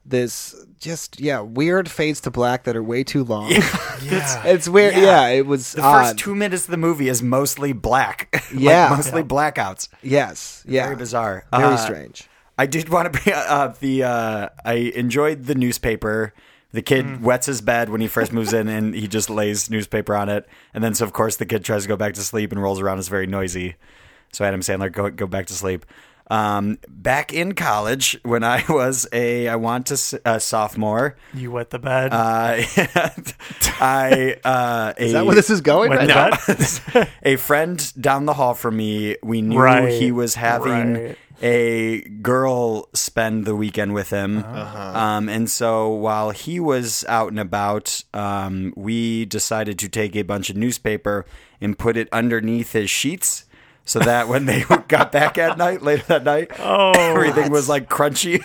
S6: this just yeah weird fades to black that are way too long.
S2: yeah,
S6: it's weird. Yeah,
S1: Yeah.
S6: it was
S1: The
S6: odd.
S1: first two minutes of the movie is mostly black. Like,
S6: Yeah.
S1: mostly blackouts.
S6: yes, yeah,
S1: Very bizarre.
S6: Very
S1: Uh,
S6: strange.
S1: I did want to bring up the. Uh, I enjoyed the newspaper. The kid
S6: Mm.
S1: wets his bed when he first moves in, and he just lays newspaper on it. And then, so of course, the kid tries to go back to sleep and rolls around. It's very noisy. So Adam Sandler go go back to sleep. Um, back in college, when I was a I want to s- a sophomore,
S2: you wet the bed.
S1: uh, I uh, a,
S6: Is that where this is going?
S2: wet
S6: Right
S2: the
S6: now?
S2: bed.
S1: a friend down the hall from me, we knew
S2: Right,
S1: he was having
S2: right.
S1: a girl spend the weekend with him.
S6: Uh-huh.
S1: Um, and so while he was out and about, um, we decided to take a bunch of newspaper and put it underneath his sheets. So that when they got back at night, later that night,
S2: Oh.
S1: everything was like crunchy.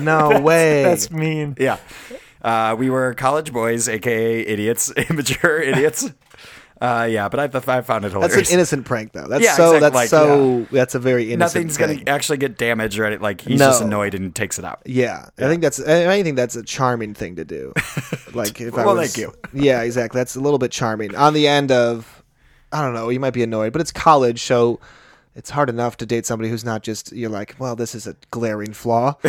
S6: No way.
S2: That's mean.
S1: yeah. Uh, we were college boys, aka idiots, immature idiots. Uh, yeah, but I, th- I found it
S6: That's
S1: hilarious.
S6: an innocent prank, though. That's
S1: Yeah,
S6: so.
S1: exactly,
S6: That's
S1: like,
S6: so. That's a very innocent.
S1: Nothing's
S6: thing.
S1: gonna actually get damaged or anything. Like he's
S6: No.
S1: just annoyed and takes it out.
S6: Yeah, I think that's. and I think that's a charming thing to do. Like if I
S1: Well,
S6: was,
S1: thank you.
S6: Yeah, exactly. That's a little bit charming. On the end of, I don't know. You might be annoyed, but it's college, so it's hard enough to date somebody who's not just you're like, well, this is a glaring flaw.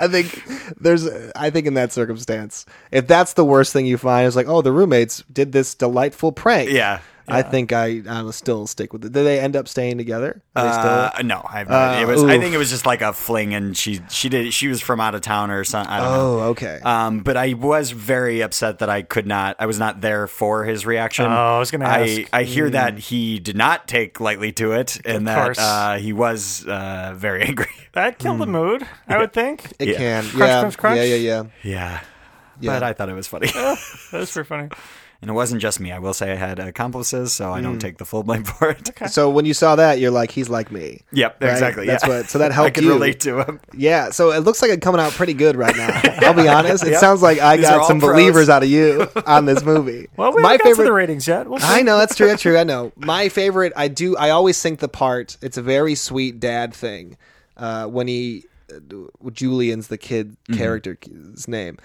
S6: I think there's. I think in that circumstance, if that's the worst thing you find, is like, oh, the roommates did this delightful prank.
S1: Yeah.
S6: I think I I will still stick with it. Did they end up staying together? Are they still-
S1: Uh, no, I have no idea. It
S6: Uh,
S1: was. I
S6: oof.
S1: think it was just like a fling, and she she did. She was from out of town or something. I don't know.
S6: oh, okay.
S1: Um, but I was very upset that I could not. I was not there for his reaction.
S2: Oh, I was gonna ask.
S1: I, I hear
S6: Mm.
S1: that he did not take lightly to it, and that
S2: course.
S1: uh, he was uh, very angry.
S2: That killed the mood, I would think.
S6: Hmm. It
S1: Yeah.
S6: can.
S2: Crunch,
S6: yeah.
S2: crunch, crunch.
S6: yeah, yeah, yeah,
S1: yeah.
S6: yeah.
S1: but I thought it was funny,
S2: That's pretty funny.
S1: and it wasn't just me. I will say I had accomplices, so I don't
S6: Mm.
S1: take the full blame for it.
S6: so when you saw that, you're like, he's like me.
S1: Yep,
S6: Right?
S1: exactly.
S6: That's
S1: yeah.
S6: what. So that
S1: I
S6: helped
S1: can
S6: you.
S1: relate to him.
S6: Yeah. So it looks like it's coming out pretty good right now. I'll be honest. It sounds like I
S1: These are
S6: got
S1: all
S6: some
S1: pros.
S6: believers out of you on this movie.
S2: Well, we
S6: my
S2: haven't got to the
S6: favorite.
S2: ratings yet. We'll see.
S6: I know that's true. That's true. I know. My favorite. I do. I always think the part. It's a very sweet dad thing. Uh, when he, uh, Julian's the kid
S1: Mm-hmm.
S6: character's name.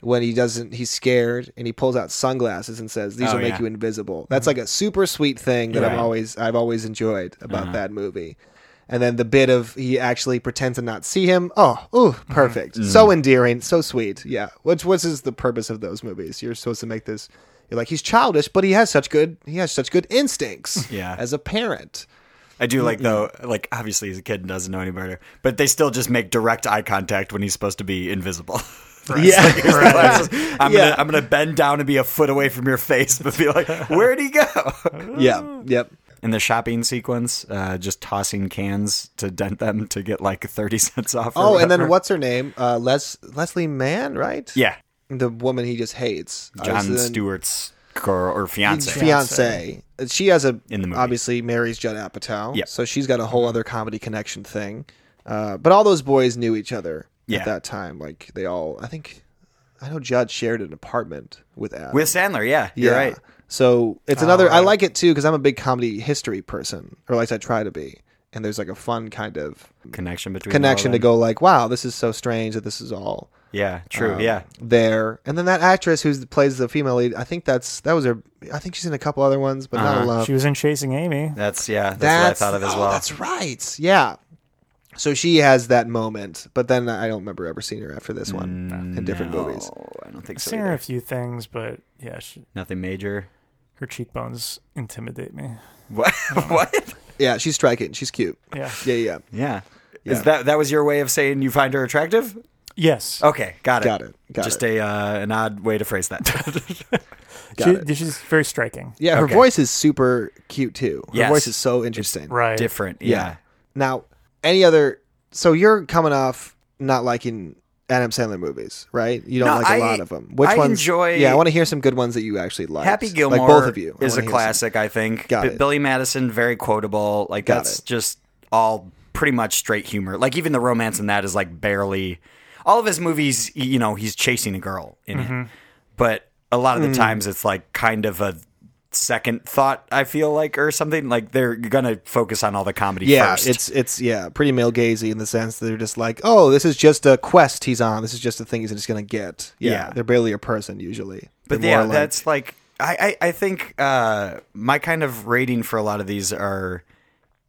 S6: When he doesn't, he's scared and he pulls out sunglasses and says, "These
S1: Oh,
S6: will make
S1: yeah.
S6: you invisible." That's like a super sweet thing that
S1: Mm-hmm.
S6: I've
S1: Right. Uh-huh.
S6: always I've always enjoyed about that movie. And then the bit of he actually pretends to not see him. Oh, ooh,
S1: Mm-hmm.
S6: perfect. So endearing, so sweet. Yeah. Which what is the purpose of those movies? You're supposed to make this you're like he's childish, but he has such good he has such good instincts
S1: Yeah.
S6: as a parent.
S1: I do like though,
S6: Mm-hmm.
S1: like obviously he's a kid and doesn't know any better, but they still just make direct eye contact when he's supposed to be invisible.
S6: Yeah.
S1: Here's the glasses. I'm
S6: Yeah.
S1: gonna I'm gonna bend down and be a foot away from your face, but be like, where'd he go?
S6: yeah. Yep.
S1: In the shopping sequence, uh, just tossing cans to dent them to get like thirty cents off. or
S6: Oh, and then
S1: whatever.
S6: what's her name? Uh Les Leslie Mann, right?
S1: Yeah,
S6: The woman he just hates.
S1: John
S6: Stewart's
S1: Stewart's girl or fiance.
S6: Oh, fiance. Uh, She has a
S1: In the movie.
S6: obviously marries Judd Apatow.
S1: Yep.
S6: So she's got a whole other comedy connection thing. Uh, but all those boys knew each other
S1: Yeah.
S6: at that time. Like they all, I think, I know Judd shared an apartment with Adam.
S1: with Sandler. Yeah, you're
S6: Yeah.
S1: right.
S6: So it's another. I like it too because I'm a big comedy history person, or at least I try to be. And there's like a fun kind of
S1: Connection between
S6: connection
S1: all
S6: to
S1: them.
S6: go like, wow, this is so strange that this is all
S1: Yeah, true.
S6: um,
S1: yeah,
S6: there. And then that actress who plays the female lead, I think that's that was her. I think she's in a couple other ones, but
S1: Uh-huh.
S6: not a lot.
S2: She was in Chasing Amy.
S1: that's yeah. That's,
S6: That's,
S1: what I thought of as
S6: oh,
S1: well.
S6: That's right. Yeah. So she has that moment, but then I don't remember ever seeing her after this one in different movies.
S1: Mm, No, I don't think
S2: I've
S1: so.
S2: seen her
S1: either.
S2: a few things, but yeah, she,
S1: Nothing major.
S2: her cheekbones intimidate me.
S1: What? what?
S6: Yeah, she's striking. She's cute.
S2: Yeah.
S6: Yeah, yeah.
S1: Yeah.
S6: Yeah.
S1: Is that that was your way of saying you find her attractive?
S2: Yes.
S6: Oh,
S1: Okay, got it.
S6: Got it, got
S1: Just
S6: it.
S1: a uh, an odd way to phrase that.
S6: got
S2: she,
S6: it.
S2: She's very striking.
S6: Yeah, her
S1: Okay.
S6: voice is super cute too. Her
S1: Yes.
S6: voice is so interesting.
S2: Right.
S1: Different. Yeah.
S6: Now, any other so you're coming off not liking Adam Sandler movies, right? You don't
S1: No,
S6: like a
S1: I-
S6: lot of them. Which
S1: I
S6: ones?
S1: enjoy-
S6: Yeah, I want to hear some good ones that you actually like.
S1: Happy Gilmore
S6: like both of you I
S1: is
S6: wanna
S1: a
S6: hear
S1: classic, I think.
S6: Got
S1: B-
S6: it.
S1: Billy Madison, very quotable. Like
S6: Got
S1: that's
S6: it.
S1: just all pretty much straight humor. Like even the romance in that is like barely all of his movies, y- you know, he's chasing a girl in it. But a lot
S6: Mm.
S1: of the times it's like kind of a second thought, I feel like, or something. Like they're gonna focus on all the comedy
S6: some. Yeah,
S1: first.
S6: it's it's yeah, pretty male gazy in the sense that they're just like, oh, this is just a quest he's on. This is just a thing he's just gonna get. Yeah,
S1: Yeah.
S6: they're barely a person usually.
S1: but
S6: They're
S1: yeah,
S6: more like-
S1: that's like I, I, I think uh, my kind of rating for a lot of these are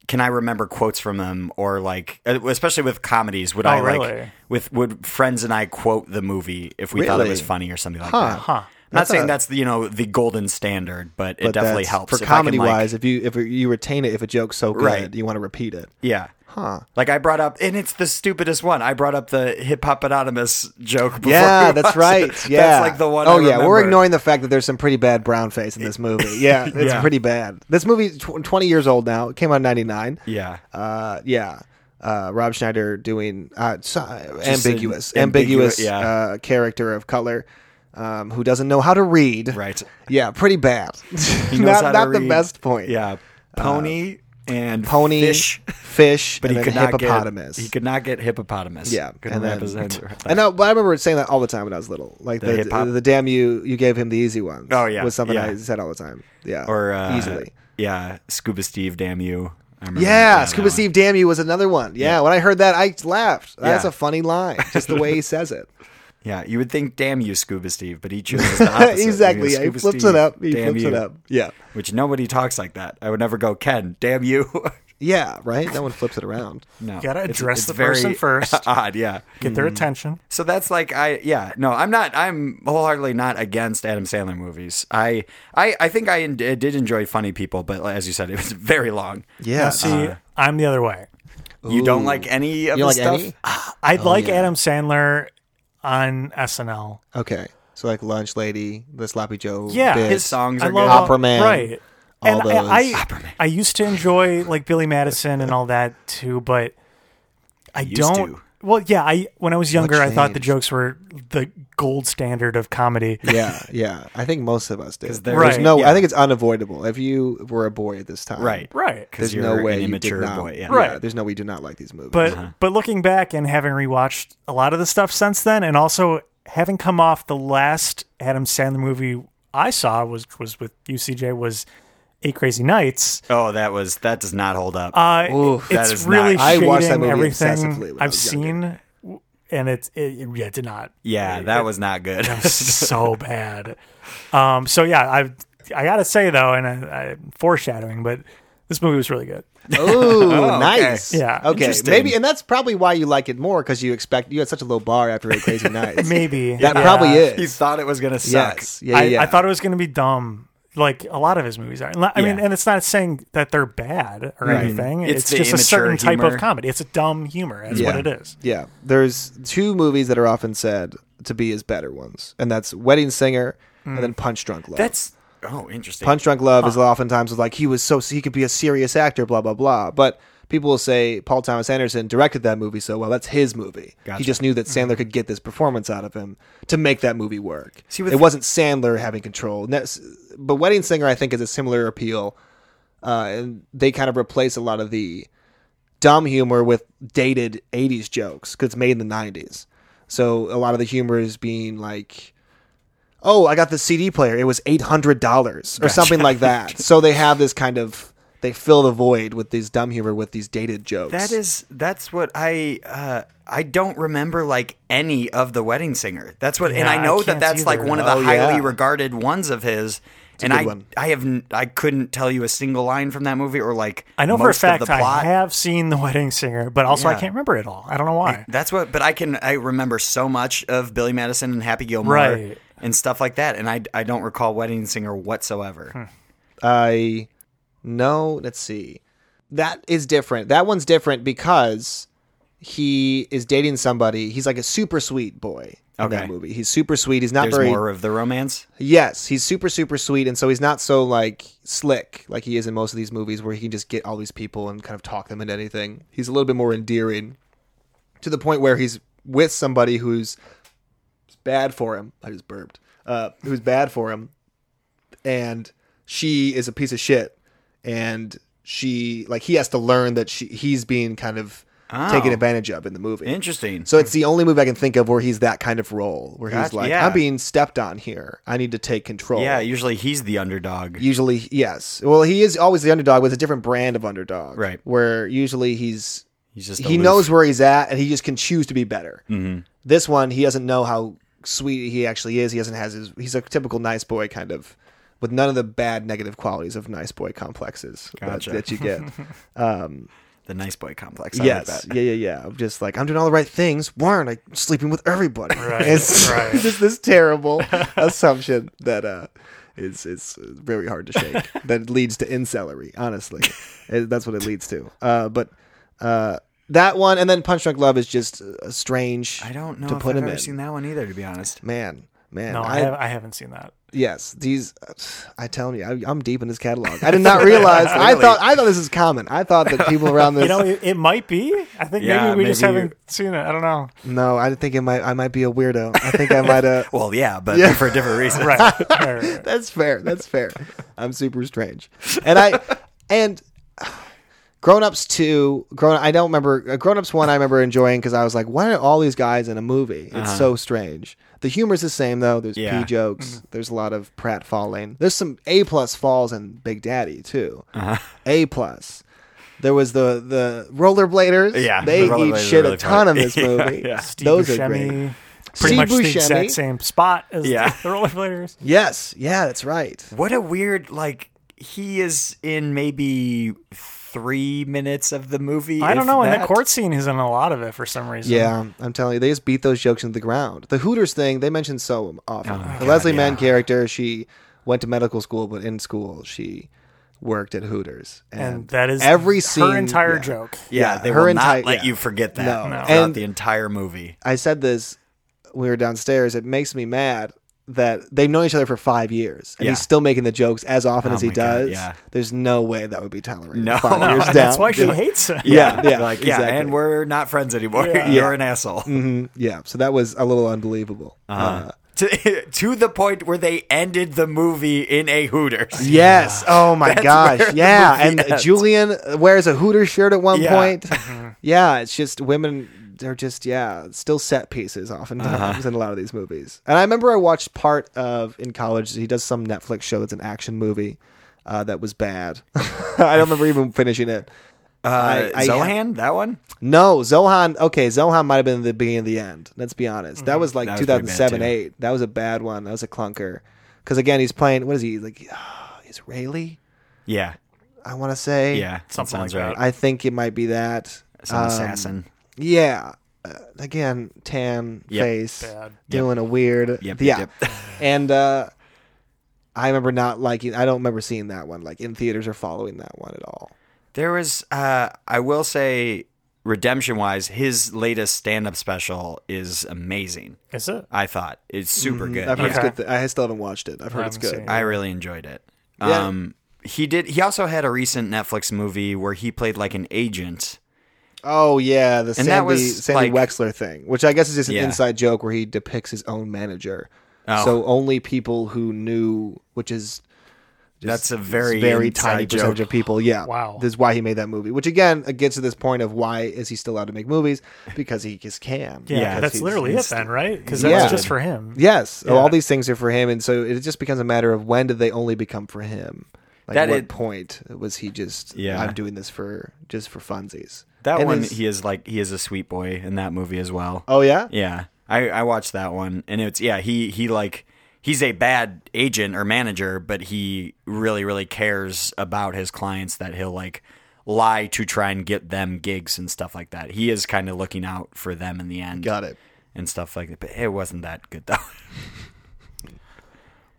S1: can I remember quotes from them or like uh, especially with comedies
S6: Oh,
S1: would I like
S2: really?
S1: with would friends and I quote the movie if we thought it
S6: Really?
S1: was funny or something like
S6: Huh.
S1: that.
S2: Huh.
S1: I'm not
S6: That's
S1: saying
S6: a-
S1: that's the you know the golden standard, but it
S6: but
S1: definitely
S6: that's-
S1: helps
S6: for
S1: If I can,
S6: comedy
S1: like-
S6: wise. If you if you retain it, if a joke's so good,
S1: Right.
S6: you want to repeat it.
S1: yeah.
S6: Huh.
S1: Like I brought up, and it's the stupidest one. I brought up the hip hoppopotamus joke. Before
S6: Yeah,
S1: we watched
S6: that's
S1: it.
S6: right. Yeah,
S1: that's like the one.
S6: Oh
S1: I
S6: yeah, we're
S1: remember.
S6: ignoring the fact that there's some pretty bad brown face in this movie. Yeah, it's
S1: Yeah.
S6: pretty bad. This movie's tw- 20 years old now. It came out in 99.
S1: Yeah,
S6: Uh, yeah. Uh, Rob Schneider doing uh, so,
S1: Just an
S6: ambiguous,
S1: ambigu-
S6: ambiguous
S1: yeah.
S6: uh, character of color um, who doesn't know how to read.
S1: right.
S6: Yeah, pretty bad.
S1: He knows
S6: not
S1: how to
S6: not the
S1: read.
S6: best point. Uh,
S1: Yeah, pony and
S6: Pony,
S1: fish,
S6: fish,
S1: but
S6: and
S1: he
S6: then
S1: could not
S6: hippopotamus.
S1: get he could not get hippopotamus.
S6: Yeah,
S1: couldn't wrap his head. around
S6: I
S1: that.
S6: know, but I remember saying that all the time when I was little. Like
S1: The
S6: the
S1: hip hop?
S6: the, damn you you gave him the easy ones.
S1: Oh, yeah,
S6: was something
S1: yeah.
S6: I said all the time. Yeah,
S1: or uh,
S6: easily.
S1: Yeah, Scuba Steve, damn you. I remember
S6: Yeah,
S1: that
S6: Scuba
S1: one.
S6: Steve Damn You was another one. Yeah, when I heard that, I laughed. That's
S1: Yeah.
S6: a funny line, just the way he says it.
S1: Yeah, you would think damn you, Scuba Steve, but he chose the opposite.
S6: exactly.
S1: was
S6: Yeah, he
S1: Scuba
S6: flips
S1: Steve,
S6: it up. He
S1: damn
S6: flips it
S1: you.
S6: up. Yeah,
S1: Which nobody talks like that. I would never go, Ken, damn you.
S6: yeah. Right. No one flips it around.
S1: no. You
S2: gotta address the person first.
S1: Odd, yeah.
S2: Get
S6: Hmm.
S2: their attention.
S1: So that's like I yeah no I'm not I'm wholeheartedly not against Adam Sandler movies I I I think I en- did enjoy Funny People but as you said it was very long
S6: Yeah.
S2: See, I'm the other way.
S1: you don't
S6: Ooh.
S1: like any of
S6: you
S1: the
S6: like
S1: stuff
S6: any?
S2: I'd like
S6: Oh, yeah.
S2: Adam Sandler on SNL.
S6: Okay. So like Lunch Lady, the Sloppy Joe.
S2: Yeah,
S6: bits.
S1: his songs
S2: I
S1: are
S2: love
S1: good
S2: all-
S6: Opera Man,
S2: right?
S6: all
S2: and I,
S6: those.
S2: I, I used to enjoy like Billy Madison and all that too, but I
S1: Used
S2: don't.
S1: to.
S2: Well, yeah, I when I was younger, I thought the
S6: changed?
S2: jokes were the gold standard of comedy.
S6: Yeah, yeah. I think most of us did.
S1: 'Cause
S6: There's
S1: there-
S2: Right,
S6: no.
S1: yeah.
S6: I think it's unavoidable. If you were a boy at this time,
S1: right
S2: Right.
S1: because
S6: There's
S1: you're
S6: no way
S1: an
S6: you
S1: immature
S6: did not,
S1: boy yeah.
S2: Right.
S6: There's no way you do not like these movies.
S2: But
S1: Uh-huh.
S2: but looking back and having rewatched a lot of the stuff since then, and also having come off the last Adam Sandler movie I saw was was with UCJ was Eight Crazy Nights.
S1: oh that was that does not hold up
S2: Uh,
S1: Ooh, that
S2: it's
S1: is not-
S2: really
S6: I
S2: shading
S6: watched that movie obsessively
S2: everything
S6: when I
S2: I've
S6: was younger.
S2: seen, w- and it's it, it- yeah, it did not.
S1: yeah that was not good
S2: so bad. Um, so yeah, I I gotta say though, and I, I, foreshadowing, but this movie was really good.
S6: Ooh,
S1: okay.
S6: Oh, nice.
S2: Yeah.
S6: Okay.
S1: Interesting.
S6: Maybe, and that's probably why you like it more because you expect you had such a low bar after Eight Crazy Nights.
S2: Maybe
S6: that
S2: Yeah.
S6: probably
S1: he
S6: is.
S1: thought it was gonna suck
S6: Yes. Yeah.
S2: I,
S6: yeah.
S2: I thought it was going to be dumb. Like a lot of his movies are. I mean,
S1: Yeah.
S2: and it's not saying that they're bad or anything.
S1: It's
S2: It's,
S1: the
S2: just a
S1: immature
S2: certain type
S1: humor.
S2: of comedy. It's a dumb humor. That's
S6: Yeah.
S2: what it is.
S6: Yeah. There's two movies that are often said to be his better ones, and that's Wedding Singer
S2: Mm.
S6: and then Punch Drunk Love.
S1: that's oh interesting
S6: Punch Drunk Love is oftentimes like he was so he could be a serious actor, blah blah blah. But people will say Paul Thomas Anderson directed that movie so well. That's his movie.
S1: Gotcha. Mm-hmm.
S6: He just knew that Sandler could get this performance out of him to make that movie work.
S1: See, with-
S6: it wasn't Sandler having control. And that's- But Wedding Singer, I think, is a similar appeal, uh, and they kind of replace a lot of the dumb humor with dated 80s jokes because it's made in the 90s. So a lot of the humor is being like, oh, I got this CD player. It was $800 or something like that. So they have this kind of, they fill the void with these dumb humor with these dated jokes.
S1: That is that's what I uh I don't remember like any of the wedding singer. That's what and
S2: Yeah,
S1: I
S2: I
S1: know that
S2: can't
S1: that's like
S2: either.
S1: one of the
S6: Oh,
S1: highly
S6: yeah.
S1: regarded ones of his. and
S6: good
S1: I
S6: one.
S1: I have n- I couldn't tell you a single line from that movie or like
S2: I know for a
S1: most of the
S2: fact I
S1: plot.
S2: have seen The Wedding Singer, but also
S1: Yeah.
S2: I can't remember it all. I don't know why.
S1: That's what but I can I remember so much of Billy Madison and Happy Gilmore
S2: Right.
S1: and stuff like that and I I don't recall wedding singer whatsoever.
S2: Hmm.
S6: I no, let's see. That is different. That one's different because he is dating somebody. He's like a super sweet boy in
S1: Okay.
S6: that movie. He's super sweet. He's not
S1: There's
S6: very
S1: more of the romance.
S6: Yes, he's super super sweet and so he's not so like slick like he is in most of these movies where he can just get all these people and kind of talk them into anything. He's a little bit more endearing to the point where he's with somebody who's bad for him. I just burped. Uh, who's bad for him, and she is a piece of shit, and she like he has to learn that she he's being kind of taken advantage of in the movie.
S1: Interesting.
S6: So it's the only movie I can think of where he's that kind of role, where he's
S1: Gotcha.
S6: like,
S1: Yeah.
S6: "I'm being stepped on here. I need to take control."
S1: yeah, usually he's the underdog.
S6: Usually, yes. Well, he is always the underdog, but it's a different brand of underdog.
S1: Right.
S6: Where usually he's
S1: he's just
S6: he
S1: aloof.
S6: knows where he's at, and he just can choose to be better.
S1: Mm-hmm.
S6: This one, he doesn't know how sweet he actually is. He doesn't has his. He's a typical nice boy kind of, with none of the bad negative qualities of nice boy complexes that-
S1: Gotcha.
S6: that, you get.
S1: the nice boy complex. I like
S6: yes,
S1: that.
S6: yeah, yeah, yeah. I'm just like I'm doing all the right things. Warren, like sleeping with everybody.
S2: Right,
S6: It's
S2: right.
S6: just this terrible assumption that uh, is is very hard to shake. that leads to incelery. Honestly, It- that's what it leads to. Uh, but uh, that one, and then Punch Drunk Love is just uh, strange.
S1: I don't know
S6: to
S1: if
S6: put
S1: I've
S6: him
S1: ever
S6: in.
S1: seen that one either, to be honest.
S6: Man, man,
S2: No, I,
S6: I,
S2: have, I haven't seen that.
S6: Yes, these. I tell you, I, I'm deep in this catalog. I did not realize. I
S1: Really?
S6: thought I thought this is common. I thought that people around this.
S2: You know, it, it might be. I think
S1: Yeah,
S2: maybe we just
S1: maybe
S2: haven't seen it. I don't know.
S6: no, I think it might. I might be a weirdo. I think I might. Uh,
S1: Well, yeah, but
S6: Yeah.
S1: for a different reason.
S2: Right. Right, right, right.
S6: that's fair. That's fair. I'm super strange, and I and Grown Ups two, grown. I don't remember. Uh, grown Ups one, I remember enjoying because I was like, why are all these guys in a movie? It's so strange. The humor's the same though. There's
S1: Uh-huh. Yeah. Mm-hmm.
S6: pee jokes. There's a lot of Pratt falling. There's some A plus falls in Big Daddy too.
S1: Uh-huh.
S6: A plus. There was the the rollerbladers.
S1: Yeah,
S6: they
S1: the rollerbladers
S6: eat shit
S1: are really
S6: a ton
S1: funny.
S6: in this
S1: Yeah,
S6: movie.
S1: yeah.
S2: Steve
S6: Those
S2: Buscemi,
S6: are great.
S2: pretty
S6: Steve
S2: much the
S6: Buscemi.
S2: exact same spot as
S1: Yeah.
S2: the, the rollerbladers.
S6: Yes, yeah, that's right.
S1: What a weird like he is in maybe three minutes of the movie.
S2: I don't
S1: if
S2: know, and
S1: that.
S2: that court scene is in a lot of it for some reason.
S6: Yeah, I'm telling you, they just beat those jokes into the ground. The Hooters thing, they mentioned so
S2: Oh
S6: often.
S1: my
S6: the
S1: God,
S6: Leslie
S1: yeah.
S6: Mann character, she went to medical school, but in school she worked at Hooters,
S2: and, that is
S6: every
S2: her
S6: scene,
S2: entire
S6: yeah.
S2: joke.
S1: Yeah,
S6: Yeah,
S1: they
S6: her
S1: will not
S6: enti-
S1: let
S6: yeah.
S1: you forget that
S6: No.
S2: No.
S1: throughout
S6: And-
S1: the entire movie.
S6: I said this when we were downstairs. It makes me mad that they've known each other for five years, and
S1: Yeah.
S6: he's still making the jokes as often
S1: Oh
S6: as he
S1: my God,
S6: does.
S1: yeah.
S6: There's no way that would be tolerated.
S1: No.
S6: five
S1: No,
S6: years
S2: And
S6: down.
S2: that's why she
S6: yeah.
S2: hates it.
S6: Yeah, yeah,
S1: like yeah,
S6: exactly.
S1: and we're not friends anymore.
S2: Yeah.
S1: You're
S6: Yeah.
S1: an asshole.
S6: hmm yeah. So that was a little unbelievable.
S1: Uh-huh.
S6: Uh,
S1: to, to the point where they ended the movie in a Hooters.
S6: Yes. Oh
S1: That's
S6: my
S1: where
S6: gosh.
S1: the
S6: Yeah.
S1: movie
S6: And
S1: ends.
S6: Julian wears a Hooter shirt at one
S1: Yeah. Mm-hmm.
S6: point. yeah. It's just women. They're just yeah, still set pieces oftentimes
S1: Uh-huh.
S6: in a lot of these movies. And I remember I watched part of in college. He does some Netflix show that's an action movie uh, that was bad. I don't remember even finishing it.
S1: Uh,
S6: I- I-
S1: Zohan, that one.
S6: No, Zohan. Okay, Zohan might have been the beginning of the end. Let's be honest. That was like
S1: Mm-hmm. That was pretty bad,
S6: 2007,
S1: too.
S6: 8. That was a bad one. That was a clunker. Because again, he's playing. What is he like? Israeli.
S1: Yeah,
S6: I want to say.
S1: yeah,
S2: Something
S1: sounds
S2: like
S1: right.
S6: I think it might be that.
S1: Some
S6: Um,
S1: assassin.
S6: Yeah. Uh, again, tan
S1: Yep.
S6: face,
S2: Bad.
S6: doing a weird.
S1: Yep,
S6: yeah.
S1: yep,
S6: and uh, I remember not liking. I don't remember seeing that one like in theaters or following that one at all.
S1: There was, uh, I will say, redemption wise, his latest stand up special is amazing.
S2: Is it?
S1: I thought it's super good.
S6: I've heard it's
S2: Yeah.
S6: Mm-hmm. good. Th- I still haven't watched it. I've heard it's
S2: haven't
S6: good.
S2: seen it.
S1: I really enjoyed it.
S6: Yeah.
S1: Um, he did. He also had a recent Netflix movie where he played like an agent.
S6: Oh yeah, the
S1: that
S6: Sandy,
S1: was,
S6: Sandy
S1: like-
S6: Wexler thing, which I guess is just an
S1: Yeah.
S6: inside joke where he depicts his own manager.
S1: Oh.
S6: So only people who knew, which is
S1: That's a very
S6: very
S1: inside
S6: tiny percentage
S1: joke.
S6: of people. Yeah,
S2: Wow.
S6: This is why he made that movie. Which again it gets to this point of why is he still allowed to make movies because he just can.
S2: Yeah,
S1: Yeah,
S2: that's
S6: he's-
S2: literally it
S6: he's-
S2: then, right? Because
S6: Yeah.
S2: that's just for him.
S6: Yes,
S2: Yeah.
S6: all these things are for him, and so it just becomes a matter of when did they only become for him. Like
S1: That
S6: what
S1: it-
S6: point was he just?
S1: Yeah.
S6: I'm doing this for just for funsies.
S1: That
S6: And
S1: one,
S6: his-
S1: he is like he is a sweet boy in that movie as well.
S6: Oh yeah,
S1: Yeah, I, I watched that one, and it's yeah he he like he's a bad agent or manager, but he really really cares about his clients that he'll like lie to try and get them gigs and stuff like that. He is kind of looking out for them in the end.
S6: got it.
S1: And stuff like that, but it wasn't that good though.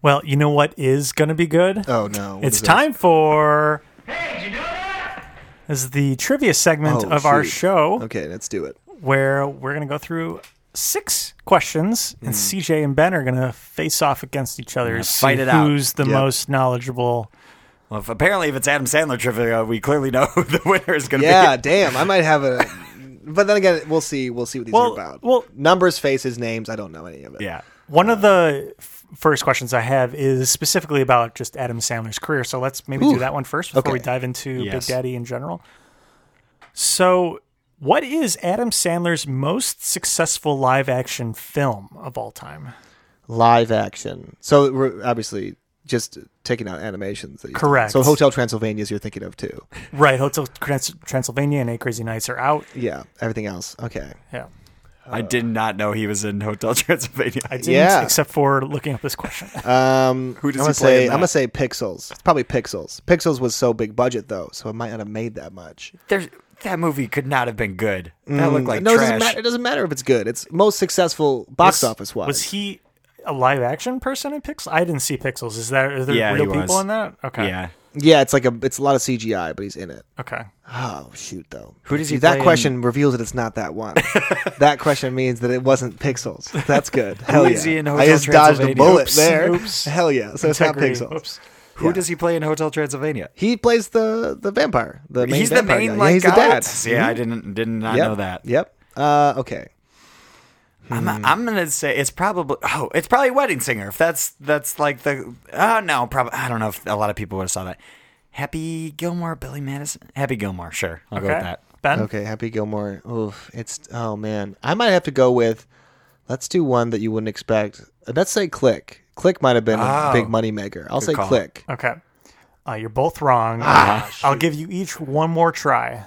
S2: Well, you know what is going to be good?
S6: Oh no, what
S2: it's
S6: is this?
S2: time for. This is the trivia segment
S6: Oh,
S2: of our
S6: shoot.
S2: show
S6: Okay, let's do it.
S2: where we're going to go through six questions,
S6: Hmm.
S2: and CJ and Ben are going to face off against each other to
S1: fight
S2: see
S1: it out.
S2: who's the
S6: Yep.
S2: most knowledgeable.
S1: well, if, apparently, if it's Adam Sandler trivia, we clearly know who the winner is going to
S6: Yeah,
S1: be.
S6: damn. I might have a. But then again, we'll see. We'll see what these
S2: Well,
S6: are about.
S2: well-
S6: numbers, faces, names. I don't know any of it.
S1: Yeah,
S2: One of the f- first questions I have is specifically about just Adam Sandler's career. So let's maybe do
S6: Ooh.
S2: that one first before we
S6: Okay.
S2: dive into
S1: Yes.
S2: Big Daddy in general. So, what is Adam Sandler's most successful live action film of all time?
S6: Live action. So we're obviously just taking out animations. That he's done.
S2: Correct.
S6: So Hotel Transylvania is you're thinking of too.
S2: Right, Hotel Trans- Transylvania and Eight Crazy Nights are out.
S6: Yeah. Everything else. Okay.
S2: Yeah.
S1: I did not know he was in Hotel Transylvania.
S2: I didn't,
S6: Yeah.
S2: except for looking up this question.
S6: Um,
S1: Mm, Who does he
S6: I'm gonna
S1: play in
S6: say?
S1: that?
S6: I'm gonna say Pixels. It's probably Pixels. Pixels was so big budget though, so it might not have made that much.
S1: There's, that movie could not have been good. That looked like
S6: Mm, no, It, doesn't
S1: trash.
S6: matter, it doesn't matter if it's good. It's most successful box office wise.
S2: Was he a live action person in Pixels? I didn't see Pixels. Is there, are there
S1: Yeah,
S2: real
S1: he
S2: people
S1: was.
S2: in that? Okay.
S1: Yeah.
S6: Yeah, it's like a. It's a lot of CGI, but he's in it.
S2: Okay.
S6: Oh shoot, though.
S1: Who does he
S6: That
S1: play in-
S6: question reveals that it's not that one. that question means that it wasn't Pixels. That's good. Hell
S1: is
S6: yeah.
S1: he in
S6: I
S1: Hotel
S6: just dodged
S1: Transylvania?
S6: a bullet
S2: Oops,
S6: there.
S2: oops.
S6: Hell yeah. So it's not
S2: Integrity.
S6: Pixels.
S2: Oops.
S1: Who
S6: Yeah.
S1: does he play in Hotel Transylvania?
S6: He plays the the vampire. The main
S1: he's the
S6: vampire guy.
S1: main
S6: Yeah,
S1: like
S6: he's
S1: guy.
S6: the dad.
S1: Yeah, I didn't did not
S6: yep.
S1: know that.
S6: Yep. Mm-hmm. Uh, okay.
S1: I'm, I'm gonna say it's probably oh it's probably Wedding Singer if that's that's like the oh no probably I don't know if a lot of people would have saw that. Happy Gilmore, Billy Madison. Happy Gilmore, sure. I'll go with that.
S2: Ben,
S6: Okay, Happy Gilmore. Oof, it's oh man, I might have to go with. Let's do one that you wouldn't expect. Uh, Let's say Click. Click might have been a
S2: Oh.
S6: big money maker. I'll say
S1: call.
S6: Click.
S2: okay, uh, you're both
S6: Ah,
S2: wrong. I'll give you each one more try.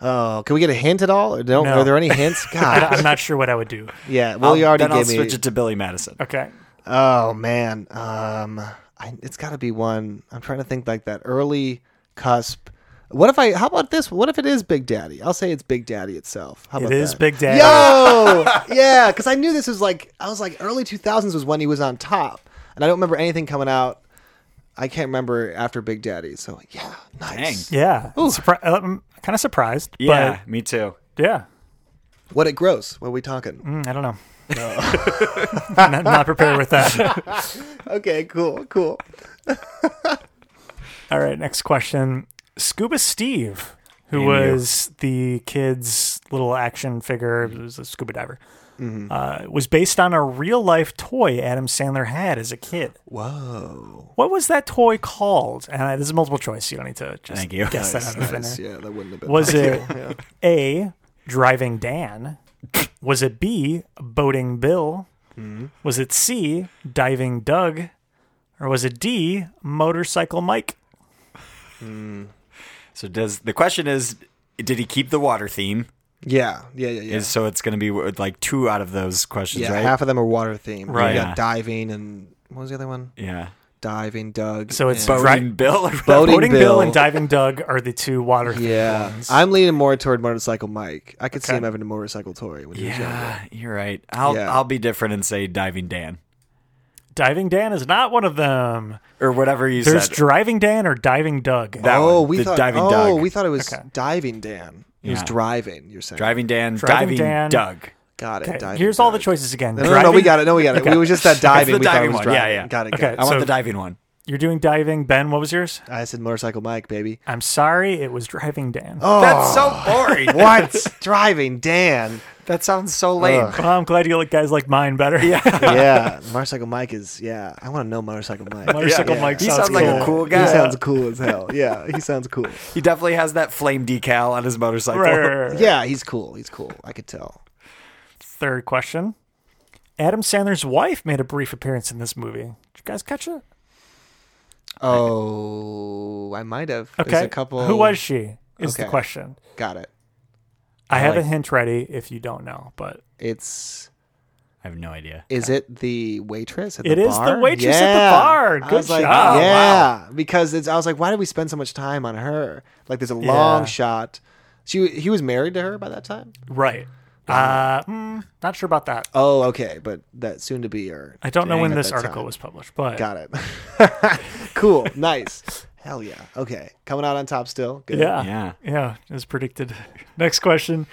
S6: Oh, can we get a hint at all? Or Don't,
S2: No.
S6: Are there any hints?
S2: I,
S6: God,
S2: am not sure what I would do.
S6: yeah. Well, you already
S1: Um, then
S6: gave
S1: I'll
S6: me.
S1: switch it to Billy Madison.
S2: Okay,
S6: Oh man, um, I, it's got to be one. I'm trying to think like that early cusp. What if I? How about this? What if it is Big Daddy? I'll say it's Big Daddy itself. How
S2: it
S6: about
S2: is
S6: that?
S2: Big Daddy.
S6: Yo, yeah, because I knew this was like I was like early 2000s was when he was on top, and I don't remember anything coming out. I can't remember after Big Daddy. So yeah, nice.
S2: Yeah, Surpri- uh, I'm kind of surprised.
S1: Yeah, me too.
S2: but yeah,
S6: What it gross? What are we talking?
S2: Mm, I don't know. not, not prepared with that.
S6: Okay, cool, cool.
S2: All right, next question. Scuba Steve, who
S1: Damn you.
S2: was the kid's little action figure, he was a scuba diver, uh, was based on a real life toy Adam Sandler had as a kid.
S6: Whoa,
S2: What was that toy called? And I, this is multiple choice. You don't need to just
S1: Thank you.
S2: guess that out of thin
S6: nice.
S2: air.
S6: Yeah, that wouldn't have been.
S2: Was it A, Driving Dan? Was it B, Boating Bill? Was it C, Diving Doug? Or was it D, Motorcycle Mike?
S1: So does the question is did he keep the water theme?
S6: Yeah, yeah, yeah, yeah.
S1: Is so it's going to be like two out of those questions,
S6: yeah,
S1: right?
S6: half of them are water themed.
S2: Right.
S6: You
S1: Yeah.
S6: got diving and what was the other one?
S1: yeah.
S6: Diving, Doug.
S2: So it's
S1: Boating
S2: dri-
S1: Bill. or
S6: Boating
S2: Boating Bill.
S6: Bill.
S2: and Diving Doug are the two water
S6: yeah,
S2: ones.
S6: I'm leaning more toward motorcycle Mike. I could see
S2: Okay.
S6: him having a motorcycle toy when he was younger.
S1: Yeah, you're right. I'll
S6: Yeah.
S1: I'll be different and say diving Dan
S2: Diving Dan is not one of them.
S1: or whatever you
S2: There's
S1: said.
S2: Driving Dan or Diving Doug.
S1: That
S6: oh,
S1: one,
S6: we
S1: the
S6: thought
S1: diving
S6: oh,
S1: Doug.
S6: we thought it was
S2: Okay.
S6: diving Dan. He was
S1: Yeah.
S6: driving. You're saying
S1: Driving Dan,
S2: Driving
S1: diving,
S2: Dan.
S1: Doug.
S6: Got it.
S2: Okay,
S6: diving
S2: here's all the
S6: Doug.
S2: choices again.
S6: No, no, no, we
S2: Driving-
S6: got it. No, we got it. It was just that diving.
S1: It's the
S6: we
S1: diving
S6: thought it was
S1: one. Yeah,
S6: driving.
S1: yeah.
S6: Got it.
S2: Okay.
S6: Got
S1: I
S6: it.
S1: want
S2: So-
S1: the diving one.
S2: You're doing diving. Ben, what was yours?
S6: I said motorcycle Mike, baby.
S2: I'm sorry, it was Driving Dan.
S6: Oh,
S1: That's so boring.
S6: what driving Dan?
S1: that sounds so lame.
S6: Ugh.
S2: Well, I'm glad you like guys like mine better. Yeah.
S6: Yeah, motorcycle Mike is. Yeah, I want to know motorcycle Mike.
S2: Motorcycle
S6: Yeah.
S2: Mike
S1: He
S2: sounds,
S1: sounds like
S2: cool.
S1: a cool guy.
S6: He sounds cool as hell. Yeah, he sounds cool.
S1: He definitely has that flame decal on his motorcycle.
S2: Right, right, right, right.
S6: Yeah, he's cool. He's cool. I could tell.
S2: Third question. Adam Sandler's wife made a brief appearance in this movie. Did you guys catch it?
S6: Oh, I might have. There's
S2: Okay.
S6: a couple.
S2: Who was she? Is the
S6: Okay.
S2: question.
S6: Got it.
S2: I have
S1: like-
S2: a hint ready if you don't know, but
S6: It's.
S1: I have no idea.
S6: Is it the waitress at the
S2: It is the
S6: bar?
S2: waitress at the bar.
S6: I
S2: Good
S6: was like,
S2: job.
S6: Yeah, because it's. I was like, why did we spend so much time on her? Like, there's a long
S2: Yeah.
S6: shot. She he was married to her by that time.
S2: right. Uh, mm, not sure about that.
S6: Oh, okay, but that soon to be her.
S2: I don't know
S6: dang
S2: when
S6: at
S2: this
S6: that
S2: article
S6: time.
S2: was published, but
S6: Got it. cool. Nice. Hell yeah. Okay, coming out on top still. Good.
S2: yeah,
S1: Yeah.
S2: yeah, as predicted. Next question.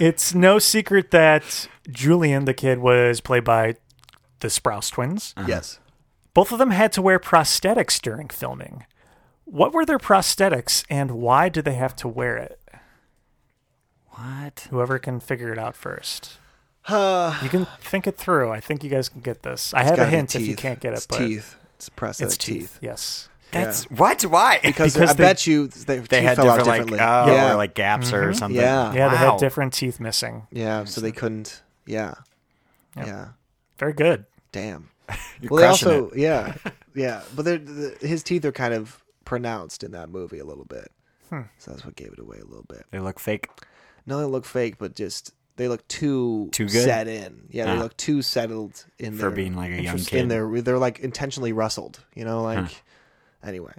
S2: It's no secret that Julian, the kid, was played by the Sprouse twins.
S6: Yes.
S2: Both of them had to wear prosthetics during filming. What were their prosthetics, and why did they have to wear it?
S1: What?
S2: Whoever can figure it out first.
S6: Uh,
S2: you can think it through. I think you guys can get this. I have a
S6: Gotta be
S2: hint if you
S6: teeth.
S2: can't get it,
S6: It's
S2: but
S6: teeth. It's prosthetic
S2: it's teeth.
S6: teeth.
S2: Yes.
S1: That's what? Why?
S6: Because,
S2: Because
S6: I
S2: they-
S6: bet you they,
S1: they had
S6: fell out
S1: different like
S6: differently.
S1: oh,
S6: yeah.
S1: or like gaps or something.
S6: Yeah.
S2: Mm-hmm. Yeah, they
S1: Wow.
S2: had different teeth missing.
S6: yeah, so they couldn't. Yeah.
S2: Yep.
S6: Yeah.
S2: Very good.
S6: Damn.
S1: You're
S6: Well, they
S1: crushing
S6: also,
S1: it.
S6: yeah, yeah, but they're, the, his teeth are kind of pronounced in that movie a little bit,
S1: Hmm.
S6: so that's what gave it away a little bit.
S1: they look fake.
S6: No, they look fake, but just they look too
S1: Too good?
S6: set in. Yeah, they
S1: Ah.
S6: look too settled in
S1: for
S6: their,
S1: being like a young
S6: in
S1: kid.
S6: their they're like intentionally rustled. You know, like anyway.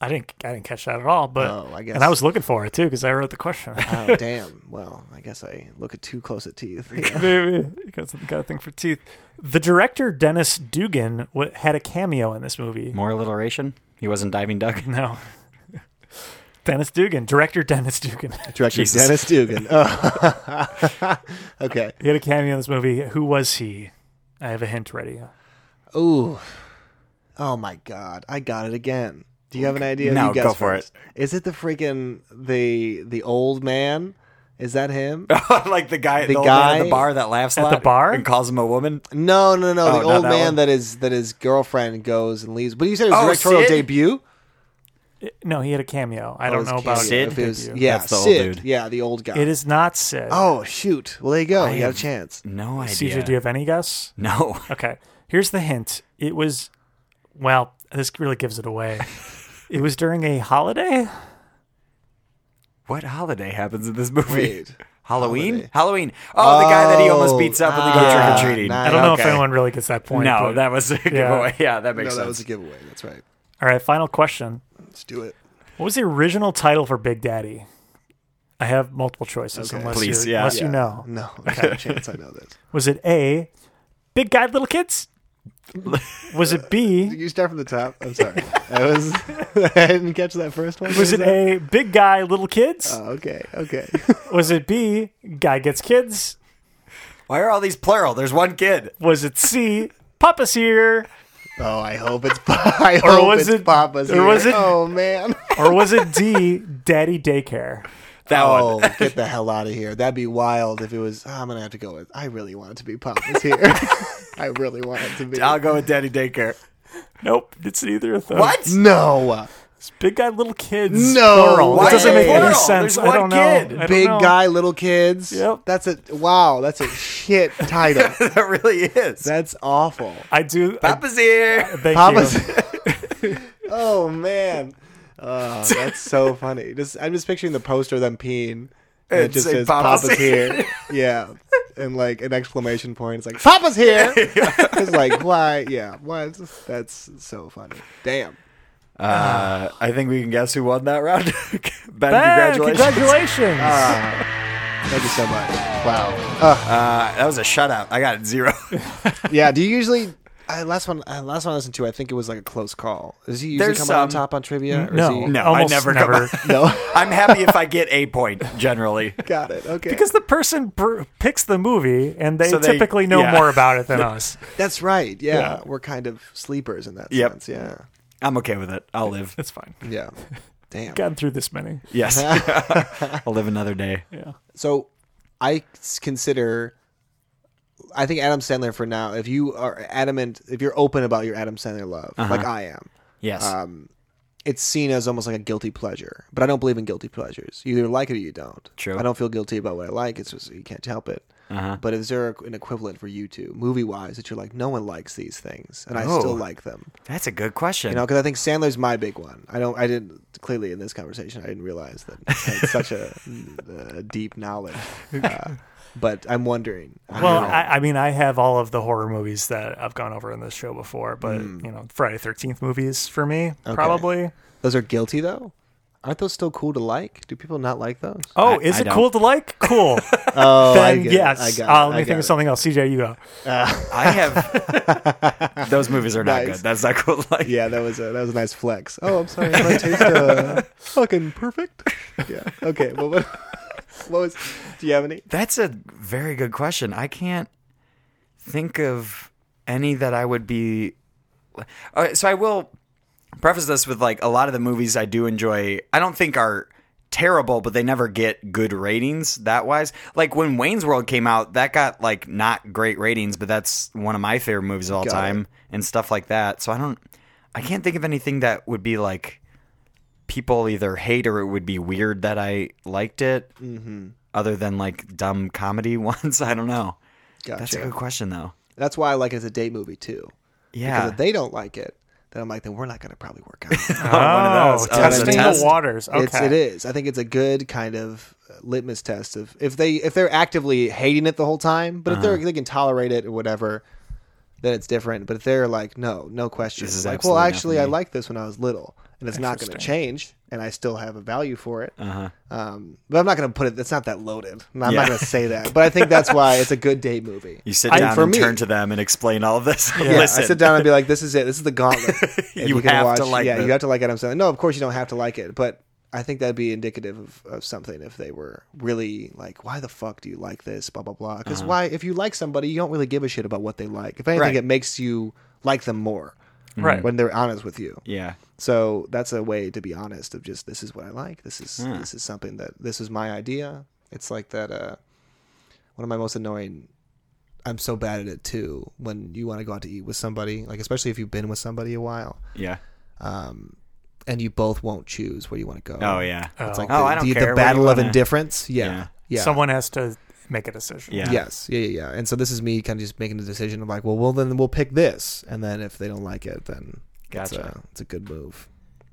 S2: I didn't. I didn't catch that at all. But
S6: Oh, I guess-
S2: And I was looking for it too because I wrote the question.
S6: Oh damn! Well, I guess I look at too close at teeth. Yeah.
S2: Maybe because got a thing for teeth. The director Dennis Dugan w- had a cameo in this movie.
S1: More alliteration? He wasn't diving duck.
S2: No. Dennis Dugan, director Dennis Dugan.
S6: Director
S1: Jesus.
S6: Dennis Dugan. Oh. okay.
S2: he had a cameo in this movie. Who was he? I have a hint ready.
S6: Ooh. Oh my god. I got it again. Do you have an idea?
S1: No,
S6: you guess
S1: go for
S6: first. Is it the freaking the the old man? Is that him?
S1: like the guy,
S6: The
S1: the, old man at
S6: guy-
S1: the bar that laughs a
S2: At the
S1: lot
S2: bar?
S1: and calls him a woman.
S6: no, no, no.
S1: Oh,
S6: the
S1: not
S6: old
S1: that
S6: man
S1: one.
S6: that is that his girlfriend goes and leaves. But you said it was
S1: Oh,
S6: directorial
S1: Sid?
S6: debut?
S2: No, he had a cameo. I don't know about
S1: Sid?
S6: If Oh, it was,
S2: debut.
S6: yeah,
S1: That's the old
S6: Sid.
S1: dude.
S6: Yeah, the old guy.
S2: It is not Sid.
S6: Oh shoot! Well, there you go. you got a
S1: have-
S6: chance.
S1: No
S2: CJ,
S1: idea.
S2: do you have any guess?
S1: no.
S2: Okay. Here's the hint. It was, well, this really gives it away. It was during a holiday.
S1: What holiday happens in this movie?
S6: Wait.
S1: Halloween?
S6: Holiday.
S1: Halloween. Oh, Ah, the guy that he almost beats up when they go
S6: Oh,
S1: trick or treating.
S6: nice.
S2: I don't know if
S6: Okay.
S2: anyone really gets that point.
S1: No,
S2: but-
S1: that was a giveaway. Yeah, that
S6: No,
S1: makes
S6: that
S1: sense.
S6: was a giveaway. That's right.
S2: All right, final question.
S6: Let's do it.
S2: What was the original title for Big Daddy? I have multiple choices.
S6: Okay.
S2: Unless
S1: Please,
S2: you
S1: yeah.
S2: unless
S6: Yeah.
S2: you know.
S6: No, I got a chance. I know this.
S2: Was it A, Big Guy Little Kids? Was it B,
S6: You start from the top. I'm sorry. I was. I didn't catch that first one.
S2: was it
S6: that-
S2: A, Big Guy Little Kids?
S6: Oh, okay. Okay.
S2: Was it B, Guy Gets Kids?
S1: Why are all these plural? There's one kid.
S2: Was it C, Papa's Here?
S6: oh, I hope it's. I hope
S2: was
S6: it's
S2: it-
S6: Papa's.
S2: or
S6: here.
S2: was it-
S6: Oh man.
S2: Or was it D, Daddy Daycare?
S1: That
S6: Oh,
S1: one.
S6: get the hell out of here. That'd be wild if it was. oh, I'm gonna have to go with. I really want it to be Papa's here. I really want it to be.
S1: I'll go with Daddy Daycare.
S2: Nope, it's neither of those.
S1: What?
S6: No.
S2: It's Big Guy Little Kids.
S6: No,
S2: plural.
S6: why
S2: It doesn't
S6: is
S2: make
S6: it
S2: any
S1: plural?
S2: sense.
S1: There's
S2: I
S1: one
S2: don't know.
S1: kid.
S2: I don't
S6: Big
S2: know.
S6: guy, little kids.
S2: Yep.
S6: That's a wow. That's a shit title.
S1: that really is.
S6: That's awful.
S2: I do. I,
S1: Papa's here.
S2: thank
S6: Papa's.
S2: you.
S6: oh man, oh, that's so funny. Just I'm just picturing the poster of them peeing. And it
S1: And
S6: just
S1: say,
S6: says
S1: "Papa's
S6: Papa's, here. yeah, and like an exclamation point. It's like Papa's here. it's like why? Yeah, why? That's so funny. Damn.
S1: Uh, I think we can guess who won that round. ben,
S2: Ben,
S1: congratulations.
S2: congratulations.
S6: Uh, Thank you so much. Wow.
S1: Uh, that was a shutout. I got zero.
S6: Yeah. Do you usually? I, last one, uh, last one I listened to, I think it was like a close call. Is he usually
S1: There's
S6: coming on
S1: some.
S6: top on trivia? or is
S2: no,
S6: he-
S1: No, I
S2: almost
S1: never come
S2: never.
S6: no.
S1: I'm happy if I get a point generally.
S6: Got it. Okay.
S2: Because the person br- picks the movie and they
S1: So they-
S2: typically know
S1: yeah.
S2: more about it than us.
S6: That's right. Yeah.
S2: Yeah.
S6: We're kind of sleepers in that
S1: Yep.
S6: sense. Yeah.
S1: I'm okay with it. I'll live.
S2: That's fine.
S6: Yeah. Damn.
S2: Gotten through this many.
S1: Yes. I'll live another day.
S6: So I s- consider I think Adam Sandler for now, if you are adamant, if you're open about your Adam Sandler love, like I am,
S1: Yes.
S6: Um, it's seen as almost like a guilty pleasure. But I don't believe in guilty pleasures. You either like it or you don't.
S1: True.
S6: I don't feel guilty about what I like. It's just you can't help it. But is there an equivalent for you two, movie wise, that you're like, no one likes these things, and I
S1: Oh.
S6: still like them?
S1: That's a good question.
S6: You know, because I think Sandler's my big one. I don't. I didn't clearly in this conversation. I didn't realize that I had such a, mm, a deep knowledge. Uh, but I'm wondering. I
S2: Well,
S6: don't know.
S2: I, I mean, I have all of the horror movies that I've gone over in this show before, but
S6: Mm.
S2: you know, Friday Thirteenth movies for me probably.
S6: those are guilty though. Aren't those still cool to like? Do people not like those?
S2: Oh,
S1: I-
S2: is
S1: I
S2: it
S1: don't-
S2: cool to like? Cool.
S6: Oh, I
S2: then
S6: get it.
S2: yes.
S6: I got
S2: Uh, let
S6: it. I
S2: me
S6: got
S2: think
S6: it.
S2: of something else. CJ, you go.
S1: I have. Those movies are not
S6: Nice.
S1: good. That's not cool. Like,
S6: Yeah, that was a that was a nice flex. Oh, I'm sorry. My taste uh, fucking perfect. Yeah. Okay. Well, what, what was? Do you have any?
S1: That's a very good question. I can't think of any that I would be. Uh, so I will preface this with like a lot of the movies I do enjoy. I don't think are terrible, but they never get good ratings that wise. Like when Wayne's World came out, that got like not great ratings, but that's one of my favorite movies of all
S6: Got
S1: time and stuff like that. So I don't. I can't think of anything that would be like people either hate or it would be weird that I liked it
S6: Mm-hmm.
S1: other than like dumb comedy ones. I don't know. That's a
S6: Gotcha.
S1: good question though.
S6: That's why I like it as a date movie too.
S1: Yeah.
S6: Because if they don't like it, then I'm like, then we're not going to probably work out.
S1: Oh, one of those.
S2: Oh,
S1: Oh, it's a
S2: testing
S1: test.
S2: the waters. Okay.
S6: It's, it is. I think it's a good kind of uh, litmus test of if they if they're actively hating it the whole time, but if
S2: Uh-huh.
S6: they're they can tolerate it or whatever, then it's different. But if they're like, no, no question,
S1: This is
S6: like, well,
S1: absolutely not
S6: actually,
S1: for
S6: I
S1: me.
S6: liked this when I was little, and it's not going to change, and I still have a value for it. Um, but I'm not going to put it. It's not that loaded. I'm
S1: Uh-huh. Yeah.
S6: not going to say that. But I think that's why it's a good date movie.
S1: You sit
S6: I-
S1: down
S6: for
S1: and
S6: me-
S1: turn to them and explain all of this.
S6: Yeah,
S1: Listen,
S6: I sit down and be like, "This is it. This is the gauntlet." And
S1: You
S6: can
S1: have to like
S6: Yeah,
S1: this.
S6: you have to like Adam Sandler. No, of course you don't have to like it, but I think that'd be indicative of, of something if they were really like, "Why the fuck do you like this?" Blah blah blah. Because why, if you like somebody, you don't really give a shit about what they like. If anything,
S1: Uh-huh. Right.
S6: it makes you like them more
S2: Right.
S6: when they're honest with you.
S1: Yeah.
S6: So that's a way to be honest of just this is what I like. This is this is something that this is my idea. It's like that uh one of my most annoying I'm so bad at it too when you want to go out to eat with somebody, like especially if you've been with somebody a while
S1: Yeah.
S6: and you both won't choose where you want to go.
S1: Oh yeah.
S6: It's like
S1: Oh,
S6: the,
S1: I don't
S6: the, the
S1: care. Where
S6: battle
S1: you
S6: of
S1: wanna-
S6: indifference. Yeah. Yeah.
S1: Yeah.
S2: Someone has to make a decision.
S1: Yeah.
S6: Yes. Yeah, yeah, yeah. And so this is me kind of just making the decision. I'm like, well, well, then we'll pick this, and then if they don't like it, then it's
S1: Gotcha.
S6: a, it's a good move.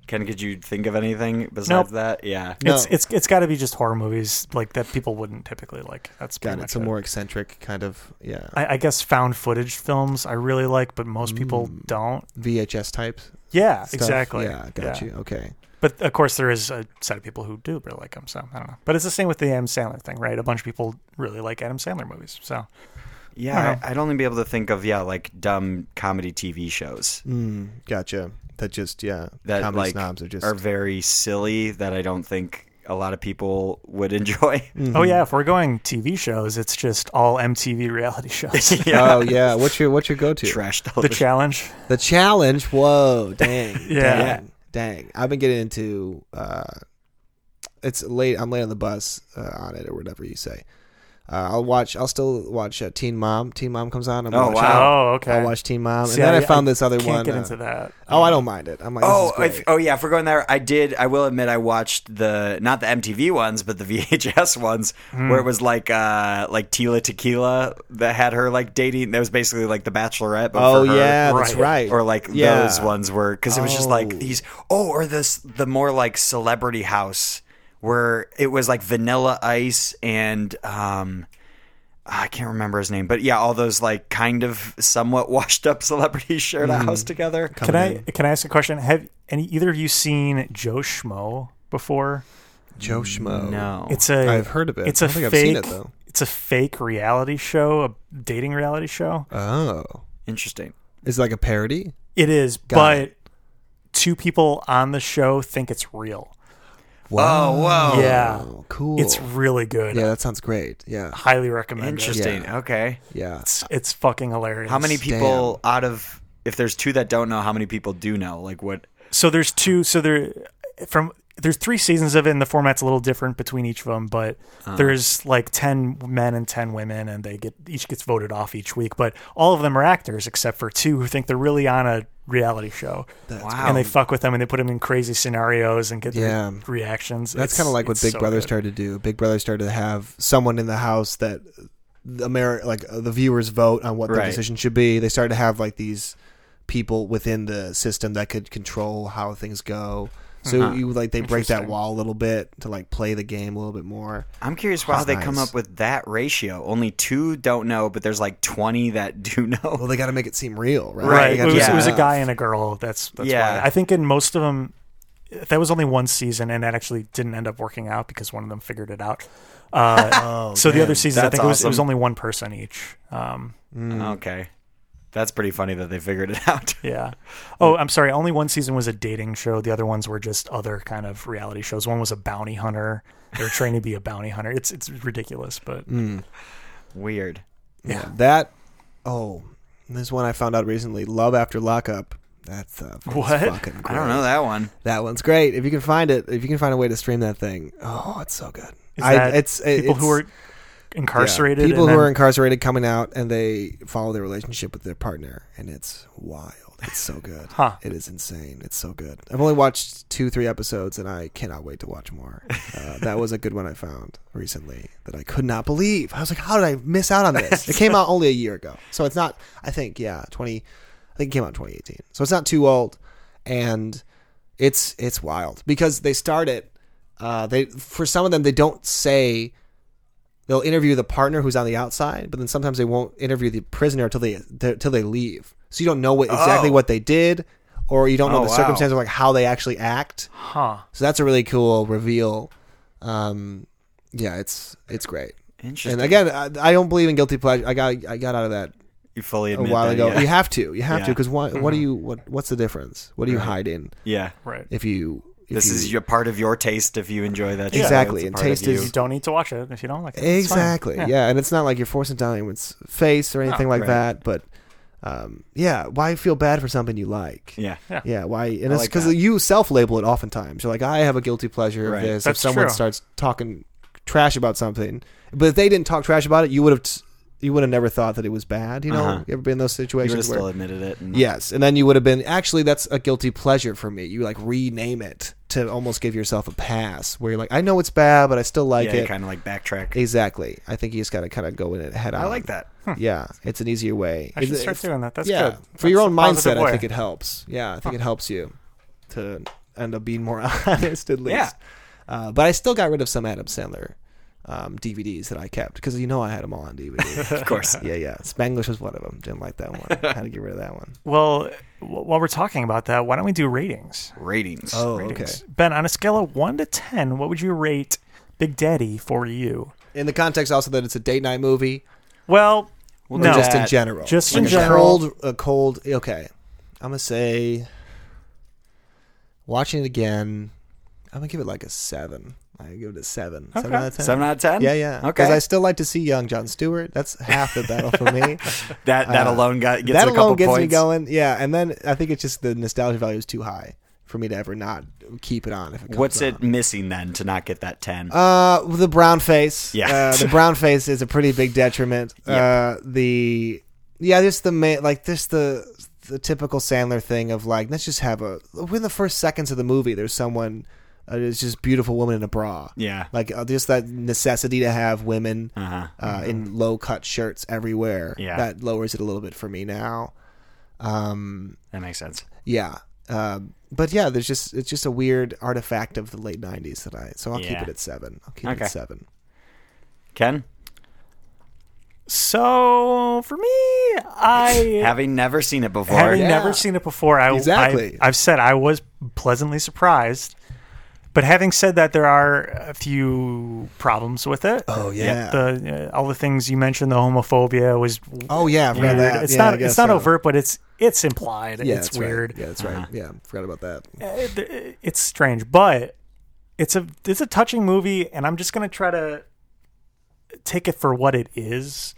S1: Ken, could you think of anything besides
S2: Nope.
S1: that? Yeah.
S2: It's
S6: No.
S2: it's it's got to be just horror movies like that people wouldn't typically like. That's pretty
S6: Got it.
S2: much
S6: Some
S2: it.
S6: more eccentric kind of yeah
S2: I, I guess found footage films I really like, but most people don't.
S6: VHS types.
S2: Yeah,
S6: Mm. stuff.
S2: exactly.
S6: Yeah, got you. Okay.
S2: But of course, there is a set of people who do really like him. So I don't know. But it's the same with the Adam Sandler thing, right? A bunch of people really like Adam Sandler movies. So
S1: Yeah.
S2: Uh-huh.
S1: I, I'd only be able to think of yeah like dumb comedy TV shows
S6: Mm, gotcha. That just yeah.
S1: that
S6: comedy
S1: like
S6: snobs are just
S1: very silly that I don't think a lot of people would enjoy.
S6: Mm. Mm-hmm.
S2: oh yeah, if we're going TV shows, it's just all MTV reality shows.
S1: yeah.
S6: Oh yeah. What's your what's your go to?
S1: Trash
S2: the
S1: television.
S2: challenge.
S6: The challenge. Whoa, dang.
S2: Yeah.
S6: Dang, dang. I've been getting into uh it's late I'm late on the bus uh, on it or whatever you say. Uh, I'll watch I'll still watch uh, Teen Mom. Teen Mom comes on. I'm
S1: Oh,
S6: watching
S1: wow.
S2: Oh,
S6: it.
S2: okay.
S6: I'll watch Teen Mom.
S2: See,
S6: Um, and then I, found this other
S2: can't
S6: one.
S2: Get
S6: uh,
S2: into that.
S6: Oh, I don't mind it. I'm like
S1: Oh,
S6: this
S1: I
S6: is great.
S1: oh yeah. If we're going there, I did. I will admit, I watched the not the MTV ones, but the VHS ones,
S6: Hmm.
S1: where it was like uh like Tila Tequila that had her like dating. That was basically like The Bachelorette. But
S6: Oh
S1: for her.
S6: yeah, that's
S2: Right.
S6: right.
S1: Or like
S6: Yeah.
S1: those ones were because it was just like
S6: Oh.
S1: these. Oh, or this the more like Celebrity House where it was like Vanilla Ice and um. I can't remember his name, but yeah, all those like kind of somewhat washed up celebrities shared
S6: Hmm.
S1: a house together.
S2: Can I can I ask a question? Have any either of you seen Joe Schmo before?
S6: Joe Schmo.
S1: No,
S2: It's a
S6: I've heard of it.
S2: It's
S6: I
S2: a
S6: don't think
S2: fake.
S6: I've seen it, though.
S2: It's a fake reality show, a dating reality show.
S6: Oh.
S1: interesting.
S6: Is it like a parody?
S2: It is,
S6: Got
S2: but two people on the show think it's real.
S1: Oh, whoa.
S2: yeah,
S6: Oh, cool.
S2: it's really good.
S6: yeah, that sounds great. Yeah.
S2: Highly recommend. It.
S1: Interesting.
S6: Yeah.
S1: Okay.
S6: Yeah.
S2: It's, it's fucking hilarious.
S1: How many people out of if there's two that don't know, how many people do know? Like what?
S2: So there's two. So there from there's three seasons of it, and the format's a little different between each of them. But
S6: Uh.
S2: there's like ten men and ten women, and they get each gets voted off each week. But all of them are actors except for two who think they're really on a reality show.
S1: wow.
S2: and they fuck with them and they put them in crazy scenarios and get their
S6: Yeah.
S2: reactions.
S6: That's
S2: It's-
S6: kind of like what
S2: it's
S6: Big
S2: so
S6: Brother
S2: good.
S6: started to do. Big Brother started to have someone in the house that the Ameri- like uh, the viewers vote on what their
S1: Right.
S6: decision should be. They started to have like these people within the system that could control how things go. So
S2: Uh-huh.
S6: you like they break that wall a little bit to like play the game a little bit more.
S1: I'm curious how
S6: That's
S1: they come
S6: nice.
S1: up with that ratio. Only two don't know, but there's like 20 that do
S6: Well,
S1: know.
S6: they got to make it seem real, right?
S2: Right.
S6: They
S2: It
S6: gotta
S2: was,
S6: make
S2: it was a
S6: tough.
S2: guy and a girl. That's, that's
S1: Yeah.
S2: why. I think in most of them, that was only one season, and that actually didn't end up working out because one of them figured it out. Uh,
S6: Oh,
S2: so the other seasons, I
S1: That's
S2: think it, was, it was
S1: awesome.
S2: only one person each. Um,
S6: Hmm.
S1: Okay. That's pretty funny that they figured it out.
S2: yeah. Oh, I'm sorry. Only one season was a dating show. The other ones were just other kind of reality shows. One was a bounty hunter. They were trying to be a bounty hunter. It's it's ridiculous, but
S6: Mm,
S1: Weird.
S6: Yeah. That oh, there's one I found out recently. Love after lockup. That's uh, that's
S2: What?
S6: Fucking great.
S1: I don't know that one.
S6: That one's great. If you can find it, if you can find a way to stream that thing, oh, it's so good.
S2: is
S6: I,
S2: that
S6: it's it-
S2: people who
S6: it's-
S2: are incarcerated.
S6: yeah, people
S2: and
S6: who
S2: then-
S6: are incarcerated coming out and they follow their relationship with their partner, and it's wild. It's so good.
S2: Huh.
S6: It is insane. It's so good. I've only watched two, three episodes, and I cannot wait to watch more. Uh, that was a good one I found recently that I could not believe. I was like, how did I miss out on this? It came out only a year ago, so it's not. I think yeah, twenty. I think it came out in 2018, so it's not too old, and it's it's wild because they start it. Uh, they for some of them they don't say they'll interview the partner who's on the outside, but then sometimes they won't interview the prisoner until they until they leave. So you don't know what exactly
S1: Oh.
S6: what they did, or you don't know
S1: Oh,
S6: the
S1: wow.
S6: circumstances of like how they actually act.
S2: huh.
S6: So that's a really cool reveal. Um, yeah, it's it's great.
S1: Interesting.
S6: And again, I, I don't believe in guilty pleasure. I got I got out of that
S1: you fully
S6: a
S1: admit
S6: while
S1: that,
S6: ago.
S1: Yeah.
S6: You have to, you have
S1: Yeah.
S6: to,
S1: Mm-hmm.
S6: because what what do you what what's the difference? What do you hide in
S1: Yeah.
S2: Right.
S6: if you if
S1: This
S6: you,
S1: is your part of your taste if you enjoy that. show.
S6: Exactly,
S1: It's a
S6: and
S1: part of
S6: taste
S1: you.
S6: is-
S2: you don't need to watch it if you don't like it. It's fine.
S6: Exactly. Yeah. and it's not like you're forcing it down anyone's face or anything like
S1: right.
S6: that. But um, yeah, why feel bad for something you like?
S1: Yeah.
S2: Yeah.
S6: Yeah, why? And it's
S1: like
S6: because
S1: that.
S6: you self-label it oftentimes. You're like, I have a guilty pleasure
S1: Right.
S6: of this.
S2: That's
S6: if someone
S2: true.
S6: starts talking trash about something, but if they didn't talk trash about it, you would have t- you would have never thought that it was bad. You know, you ever been in those
S1: Uh-huh. You would have
S6: situations where
S1: still admitted it. And,
S6: Yes, and then you would have been actually that's a guilty pleasure for me. You like rename it to almost give yourself a pass where you're like, I know it's bad, but I still like
S1: yeah,
S6: it.
S1: kind of like backtrack.
S6: Exactly. I think you just got to kind of go in it head on.
S1: I like that.
S6: Yeah, it's an easier way.
S2: I should
S6: It's-
S2: start
S6: it's-
S2: doing that. That's
S6: yeah,
S2: good.
S6: for your
S2: That's
S6: own
S2: a positive
S6: mindset, I
S2: way.
S6: think it helps. Yeah, I think it helps you to end up being more honest at least.
S1: Yeah.
S6: Uh, but I still got rid of some Adam Sandler um, DVDs that I kept because you know I had them all on DVD.
S1: Of course.
S6: yeah, yeah. Spanglish was one of them. Didn't like that one. had to get rid of that one.
S2: Well, w- while we're talking about that, why don't we do ratings?
S1: Ratings.
S6: Oh, okay.
S2: Ratings. Ben, on a scale of one to ten, what would you rate Big Daddy for you?
S6: In the context also that it's a date night movie,
S2: Well,
S1: We'll
S2: no,
S1: do
S6: just in
S1: That-
S6: general.
S2: just in
S6: a
S2: general.
S6: Cold, a cold. Okay, I'm gonna say. Watching it again, I'm gonna give it like a seven. I give it a seven. Seven out of ten.
S1: Seven out of ten.
S6: Yeah, yeah.
S1: Okay.
S6: Because I still like to see young John Stewart. That's half the battle for me.
S1: that that
S6: uh,
S1: alone got gets
S6: that
S1: a couple
S6: alone gets
S1: points.
S6: me going. Yeah, and then I think it's just the nostalgia value is too high for me to ever not keep it on. If it comes
S1: What's
S6: on.
S1: it missing then to not get that ten?
S6: Uh, the brown face.
S1: Yeah.
S6: uh, the brown face is a pretty big detriment. Uh, the yeah, just the ma- like just the the typical Sandler thing of like let's just have a within the first seconds of the movie there's someone uh, there's just beautiful woman in a bra.
S1: Yeah.
S6: like uh, just that necessity to have women
S1: Uh-huh.
S6: uh, in low cut shirts everywhere.
S1: Yeah.
S6: that lowers it a little bit for me now. Um,
S1: that makes sense.
S6: yeah. Um, but yeah, there's just it's just a weird artifact of the late '90s that I so I'll
S1: Yeah.
S6: keep it at seven. I'll keep it
S1: Okay.
S6: at seven.
S1: Ken,
S2: so for me, I
S1: having never seen it before,
S2: having
S6: Yeah.
S2: never seen it before, I,
S6: Exactly.
S2: I have said I was pleasantly surprised. But having said that, there are a few problems with it.
S6: Oh yeah.
S2: the uh, all the things you mentioned, the homophobia was
S6: oh yeah. I forgot
S2: weird.
S6: that.
S2: It's
S6: Yeah, I
S2: not
S6: guess
S2: it's not
S6: so.
S2: overt, but it's it's implied.
S6: Yeah,
S2: it's
S6: that's right.
S2: weird. Uh-huh.
S6: Yeah, that's right. Yeah, forgot about that.
S2: Uh, th- It's strange, but it's a it's a touching movie, and I'm just gonna try to take it for what it is,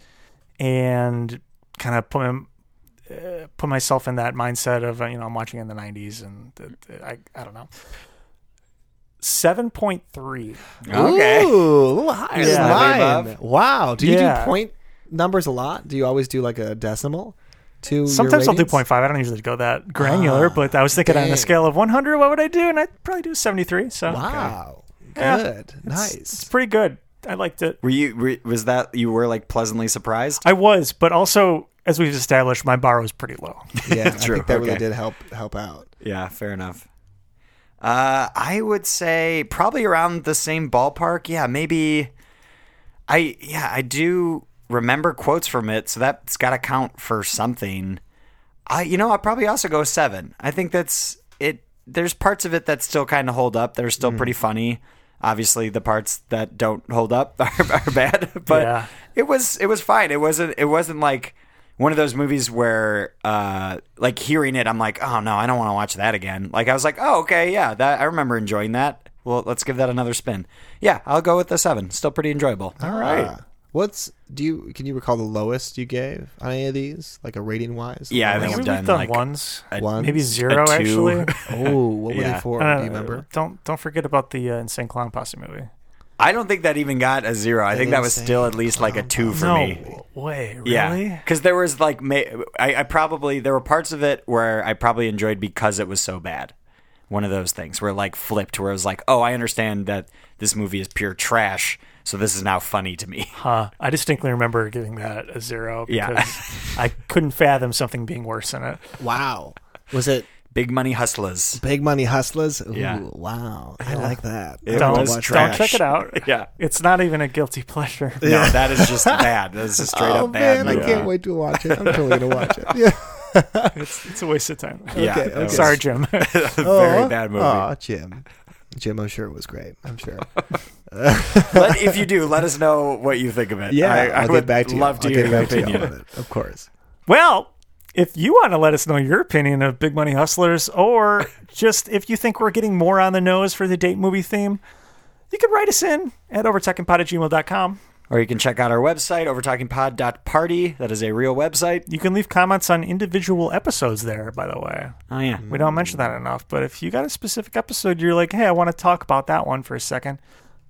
S2: and kind of put my- uh, put myself in that mindset of uh, you know I'm watching in the '90s, and th- th- I I don't know. Seven point three.
S1: Okay.
S6: Ooh, a little higher
S2: Yeah.
S6: than mine. Wow. Do you
S2: Yeah.
S6: do point numbers a lot? Do you always do like a decimal? To your
S2: Sometimes I'll do
S6: ratings? Ah,
S2: point five. I don't usually go that granular, but I was thinking on
S6: dang.
S2: a scale of 100, what would I do? And I'd probably do 73. So
S6: Wow.
S2: Yeah.
S6: Good.
S2: It's-
S6: nice.
S2: It's pretty good. I liked it.
S1: Were you were, was that you were like pleasantly surprised?
S2: I was, but also as we've established, my bar was pretty low.
S6: yeah, I
S1: True.
S6: think that really
S1: Okay.
S6: did help help out.
S1: Yeah, fair enough. Uh, I would say probably around the same ballpark. Yeah, maybe. I yeah, I do remember quotes from it, so that's got to count for something. I you know I probably also go seven. I think that's it. There's parts of it that still kind of hold up. They're
S2: Hmm.
S1: still pretty funny. Obviously, the parts that don't hold up are, are bad, but
S2: Yeah.
S1: it was it was fine. It wasn't it wasn't like one of those movies where uh like hearing it, I'm like, oh no, I don't want to watch that again. Like I was like, oh okay, yeah, that I remember enjoying that. Well, let's give that another spin. Yeah, I'll go with the seven. Still pretty enjoyable. All right.
S6: Ah. what's do you can you recall the lowest you gave on any of these, like a rating wise?
S1: Yeah, I think
S2: Have
S1: I've
S2: we-
S1: done,
S2: we've done
S1: like,
S2: ones,
S1: a-
S6: One.
S2: maybe zero
S1: two.
S2: actually.
S6: Oh, what were
S1: Yeah.
S6: they for?
S2: Uh,
S6: do you remember?
S2: Don't don't forget about the uh, insane clown posse movie.
S1: I don't think that even got a zero. I think that was
S6: insane
S1: still at least like a two for
S2: no
S1: me.
S2: way,
S1: Yeah,
S2: really?
S1: because there was like, ma- I, I probably there were parts of it where I probably enjoyed because it was so bad. One of those things where it, like flipped, where it was like, oh, I understand that this movie is pure trash, so this is now funny to me.
S2: Huh. I distinctly remember giving that a zero
S1: Uh, Yeah.
S2: because I couldn't fathom something being worse than it.
S6: Wow. Was it
S1: Big money hustlers.
S6: Big Money Hustlers? Ooh,
S1: Yeah.
S6: Wow. I like that.
S1: It
S2: don't,
S1: was
S2: don't
S1: trash.
S2: check it out.
S1: Yeah.
S2: It's not even a guilty pleasure.
S1: No, that is just bad. That's just straight
S6: Oh
S1: up bad.
S6: man, I
S1: movie.
S6: can't wait to watch it. I'm totally gonna watch it. Yeah.
S2: It's, it's a waste of time.
S1: Yeah,
S6: Okay,
S1: that was
S2: Sorry, Jim.
S1: a very
S6: Aw.
S1: bad movie.
S6: Aw, Jim. Jim, I'm sure it was great. I'm sure.
S1: But if you do, let us know what you think of it.
S6: Yeah,
S1: I, I
S6: will
S1: would
S6: get back to you.
S1: love to
S6: I'll
S1: hear
S6: get
S1: your
S6: back to you
S1: opinion.
S6: on it, of course.
S2: Well, if you want to let us know your opinion of Big Money Hustlers, or just if you think we're getting more on the nose for the date movie theme, you could write us in at overtalkingpod at gmail.com.
S1: Or you can check out our website, overtalkingpod.party. That is a real website.
S2: You can leave comments on individual episodes there, by the way.
S1: Oh, yeah.
S2: We don't mention that enough, but if you got a specific episode, you're like, hey, I want to talk about that one for a second,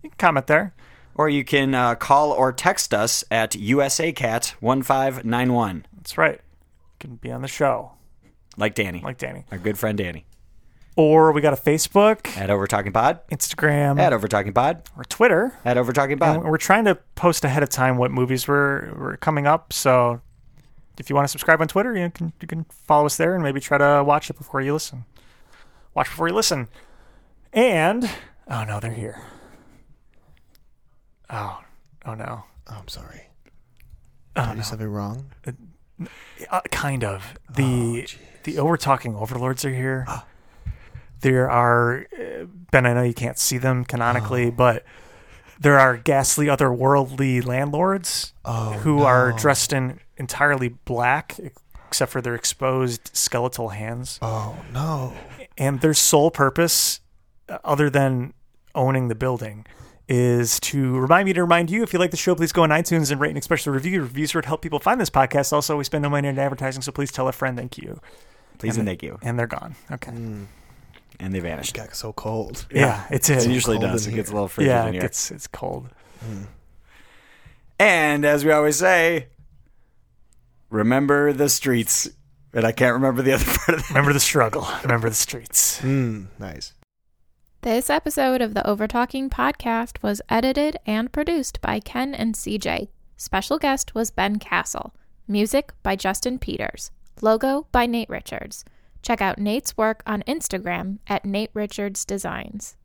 S2: you can comment there.
S1: Or you can uh, call or text us at USACat1591,
S2: That's right. can be on the show,
S1: like Danny,
S2: like Danny.
S1: our good friend Danny.
S2: Or we got a Facebook,
S1: At Over Talking Pod,
S2: Instagram,
S1: at Over Talking Pod,
S2: or Twitter.
S1: at Over
S2: And
S1: Talking Pod.
S2: we're trying to post ahead of time what movies were were coming up. So if you want to subscribe on Twitter, you can you can follow us there and maybe try to watch it before you listen. Watch before you listen. And oh no, they're here. Oh oh no,
S6: Oh, I'm sorry. Did I do something wrong?
S2: uh, kind of the the over talking overlords are here. There are uh, Ben. I know you can't see them canonically, but there are ghastly otherworldly landlords who are dressed in entirely black, except for their exposed skeletal hands.
S6: Oh no.
S2: And their sole purpose, uh, other than owning the building, is to remind me to remind you if you like the show, please go on iTunes and rate and especially review. Your reviews would help people find this podcast. Also, we spend no money on advertising, so please tell a friend. Thank you.
S1: Please and thank you.
S2: And they're gone. Okay.
S1: And they vanished.
S6: Got so cold.
S2: Yeah, it's it.
S1: It usually
S6: cold
S1: does.
S6: in
S1: It gets a
S6: here.
S1: little frigid
S2: yeah,
S1: in
S2: it
S1: here.
S2: gets it's cold.
S1: And as we always say, remember the streets. And I can't remember the other part of that.
S2: Remember the struggle. Remember the streets.
S6: Mm, nice.
S7: This episode of the Overtalking podcast was edited and produced by Ken and CJ. Special guest was Ben Castle. Music by Justin Peters. Logo by Nate Richards. Check out Nate's work on Instagram at Nate Richards Designs.